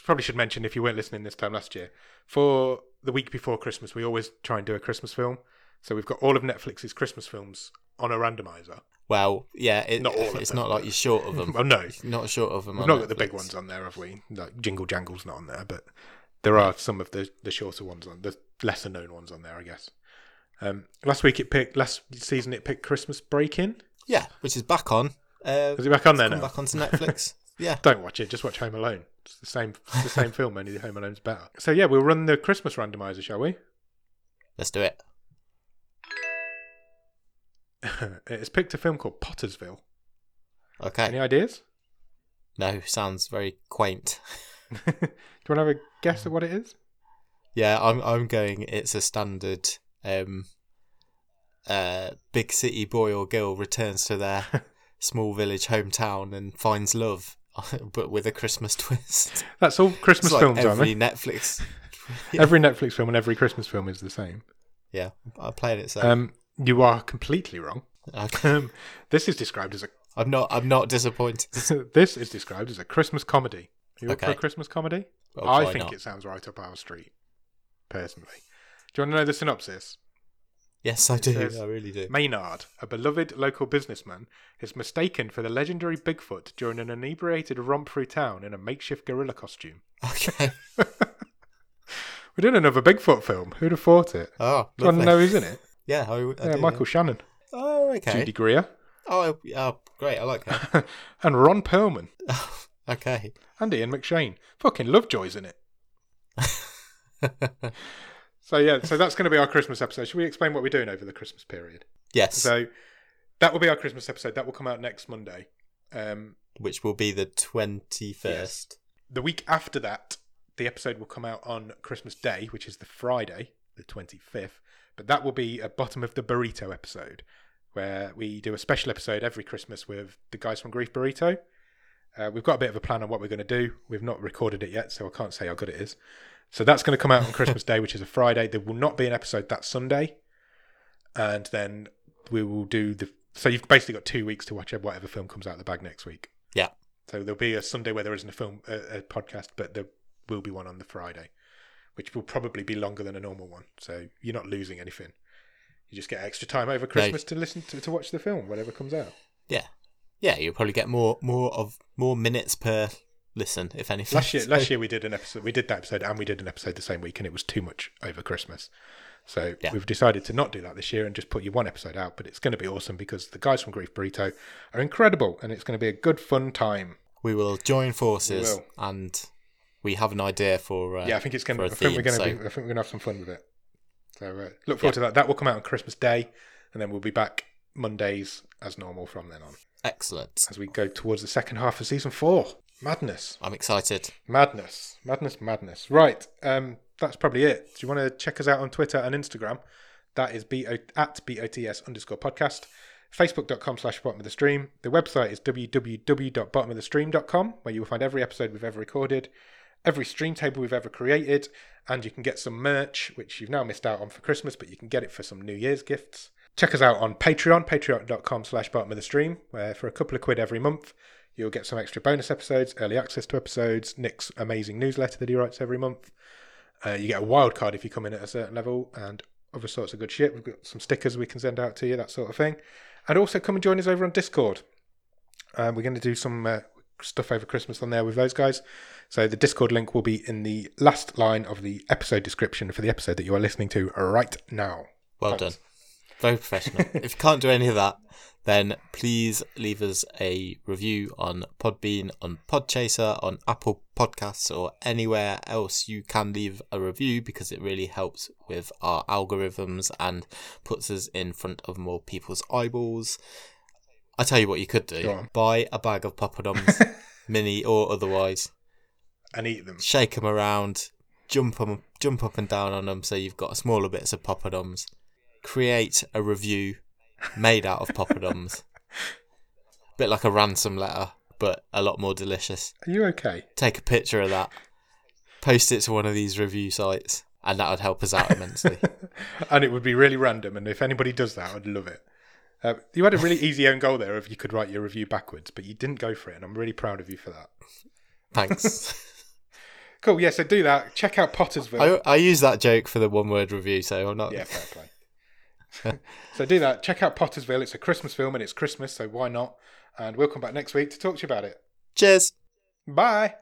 A: Probably should mention if you weren't listening this time last year. For the week before Christmas, we always try and do a Christmas film. So we've got all of Netflix's Christmas films on a randomizer.
B: Well, yeah, it,
A: Not all of
B: it's
A: them.
B: not like you're short of
A: [LAUGHS]
B: them.
A: Well,
B: [LAUGHS]
A: no,
B: not short of them.
A: we've
B: on
A: not got the big
B: Netflix.
A: ones on there, have we? Like Jingle Jangle's not on there, but there are some of the the shorter ones on the lesser known ones on there, I guess. Um, last week it picked last season it picked Christmas Break In.
B: Yeah, which is back on. Uh,
A: Is it back on there
B: come
A: now?
B: back onto
A: [LAUGHS]
B: Netflix. yeah,
A: Don't watch it. Just watch Home Alone. It's the same. It's the same film. Only Home Alone's better. So yeah, we'll run the Christmas randomizer, shall we? [LAUGHS]
B: let's do it.
A: it's picked a film called Pottersville. Any
B: Okay.
A: ideas?
B: No, sounds very quaint.
A: Do you want to have a guess at what it is?
B: Yeah, I'm I'm going. It's a standard. Um, uh, big city boy or girl returns
A: [LAUGHS]
B: to their small village hometown and finds love, [LAUGHS] but with a Christmas twist.
A: That's all Christmas
B: It's like
A: films, aren't
B: every
A: they?
B: Netflix. [LAUGHS]
A: Every Netflix film and every Christmas film is the same.
B: Yeah, I played it so.
A: Um, you are completely wrong.
B: okay.
A: Um, this is described as a
B: [LAUGHS] I'm not. I'm not disappointed.
A: [LAUGHS] this is described as a Christmas comedy. Are you up for a
B: Okay.
A: Christmas comedy?
B: Well,
A: I
B: why
A: think
B: not?
A: it sounds right up our street, personally. Do you want to know the synopsis?
B: Yes, I do.
A: says-
B: I really do.
A: Maynard, a beloved local businessman, is mistaken for the legendary Bigfoot during an inebriated romp through town in a makeshift gorilla costume. [LAUGHS]
B: Okay.
A: We're doing another Bigfoot film. Who'd have thought it?
B: Oh,
A: Do you want
B: lovely.
A: to know who's in [LAUGHS] it?
B: Yeah, I, I
A: Yeah,
B: do,
A: Michael Shannon,
B: Oh, okay.
A: Judy Greer,
B: Oh, I- oh, great. I
A: [LAUGHS]
B: like that.
A: and Ron Perlman,
B: okay.
A: and Ian McShane. Fucking Lovejoy's in it. [LAUGHS] So yeah, so that's going to be our Christmas episode. Should we explain what we're doing over the Christmas period?
B: yes,
A: So that will be our Christmas episode. That will come out next Monday. Um,
B: which will be the twenty-first.
A: the week after that, the episode will come out on Christmas Day, which is the Friday, the 25th. But that will be a bottom of the burrito episode, where we do a special episode every Christmas with the guys from Grief Burrito. Uh, we've got a bit of a plan on what we're going to do. We've not recorded it yet, so I can't say how good it is. So that's going to come out on Christmas Day, which is a Friday. There will not be an episode that Sunday. And then we will do the. So you've basically got two weeks to watch whatever film comes out of the bag next week.
B: Yeah.
A: So there'll be a Sunday where there isn't a film a, a podcast, but there will be one on the Friday, which will probably be longer than a normal one. So you're not losing anything. You just get extra time over Christmas to listen to, to watch the film, whatever comes out.
B: Yeah, yeah. You'll probably get more, more of more minutes per listen, if anything.
A: Last year,
B: So-
A: last year we did an episode. We did that episode, and we did an episode the same week, and it was too much over Christmas. So
B: Yeah.
A: we've decided to not do that this year and just put you one episode out. But it's going to be awesome because the guys from Grief Burrito are incredible, and it's going to be a good fun time.
B: [LAUGHS] we will join forces,
A: We will.
B: and we have an idea for. Uh,
A: yeah, I think it's going to. I
B: for a
A: think we're
B: theme,
A: going to.
B: so-
A: Be, I think we're going to have some fun with it. So uh, look forward to that. That will come out on Christmas Day, and then we'll be back Mondays as normal from then on
B: excellent.
A: as we go towards the second half of season four. Madness,
B: I'm excited.
A: madness, madness, madness. Right, um, that's probably it. Do you want to check us out on Twitter and Instagram? That is B O at BOTS underscore podcast. Facebook.com slash bottom of the stream. The website is www.bottomofthestream.com, where you will find every episode we've ever recorded, every stream table we've ever created, and you can get some merch, which you've now missed out on for Christmas, but you can get it for some New Year's gifts. Check us out on Patreon, patreon.com slash bottom of the stream, where for a couple of quid every month, you'll get some extra bonus episodes, early access to episodes, Nick's amazing newsletter that he writes every month. Uh, you get a wild card if you come in at a certain level, and other sorts of good shit. We've got some stickers we can send out to you, that sort of thing. And also come and join us over on Discord. Um, we're going to do some uh, stuff over Christmas on there with those guys. So the Discord link will be in the last line of the episode description for the episode that you are listening to right now.
B: Well done. Very
A: [LAUGHS]
B: professional. if you can't do any of that, then please leave us a review on Podbean, on Podchaser, on Apple Podcasts, or anywhere else you can leave a review because it really helps with our algorithms and puts us in front of more people's eyeballs. I tell you what, you could do
A: Go on.
B: buy a bag of poppadoms,
A: [LAUGHS]
B: mini or otherwise,
A: And eat them.
B: shake them around, jump 'em- jump up and down on them so you've got smaller bits of poppadoms. Create a review made out of poppadoms. Bit like a ransom letter, but a lot more delicious.
A: Are you okay?
B: Take a picture of that, post it to one of these review sites, and that would help us out immensely.
A: and it would be really random. And if anybody does that, I'd love it. Uh, you had a really easy own goal there if you could write your review backwards, but you didn't go for it, and I'm really proud of you for that.
B: Thanks.
A: Cool, yeah, so do that. Check out Pottersville.
B: I, I use that joke for the one word review, so I'm not.
A: Yeah, fair play. [LAUGHS] so do that. Check out Pottersville. It's a Christmas film and it's Christmas, so why not? And we'll come back next week to talk to you about it.
B: Cheers.
A: Bye.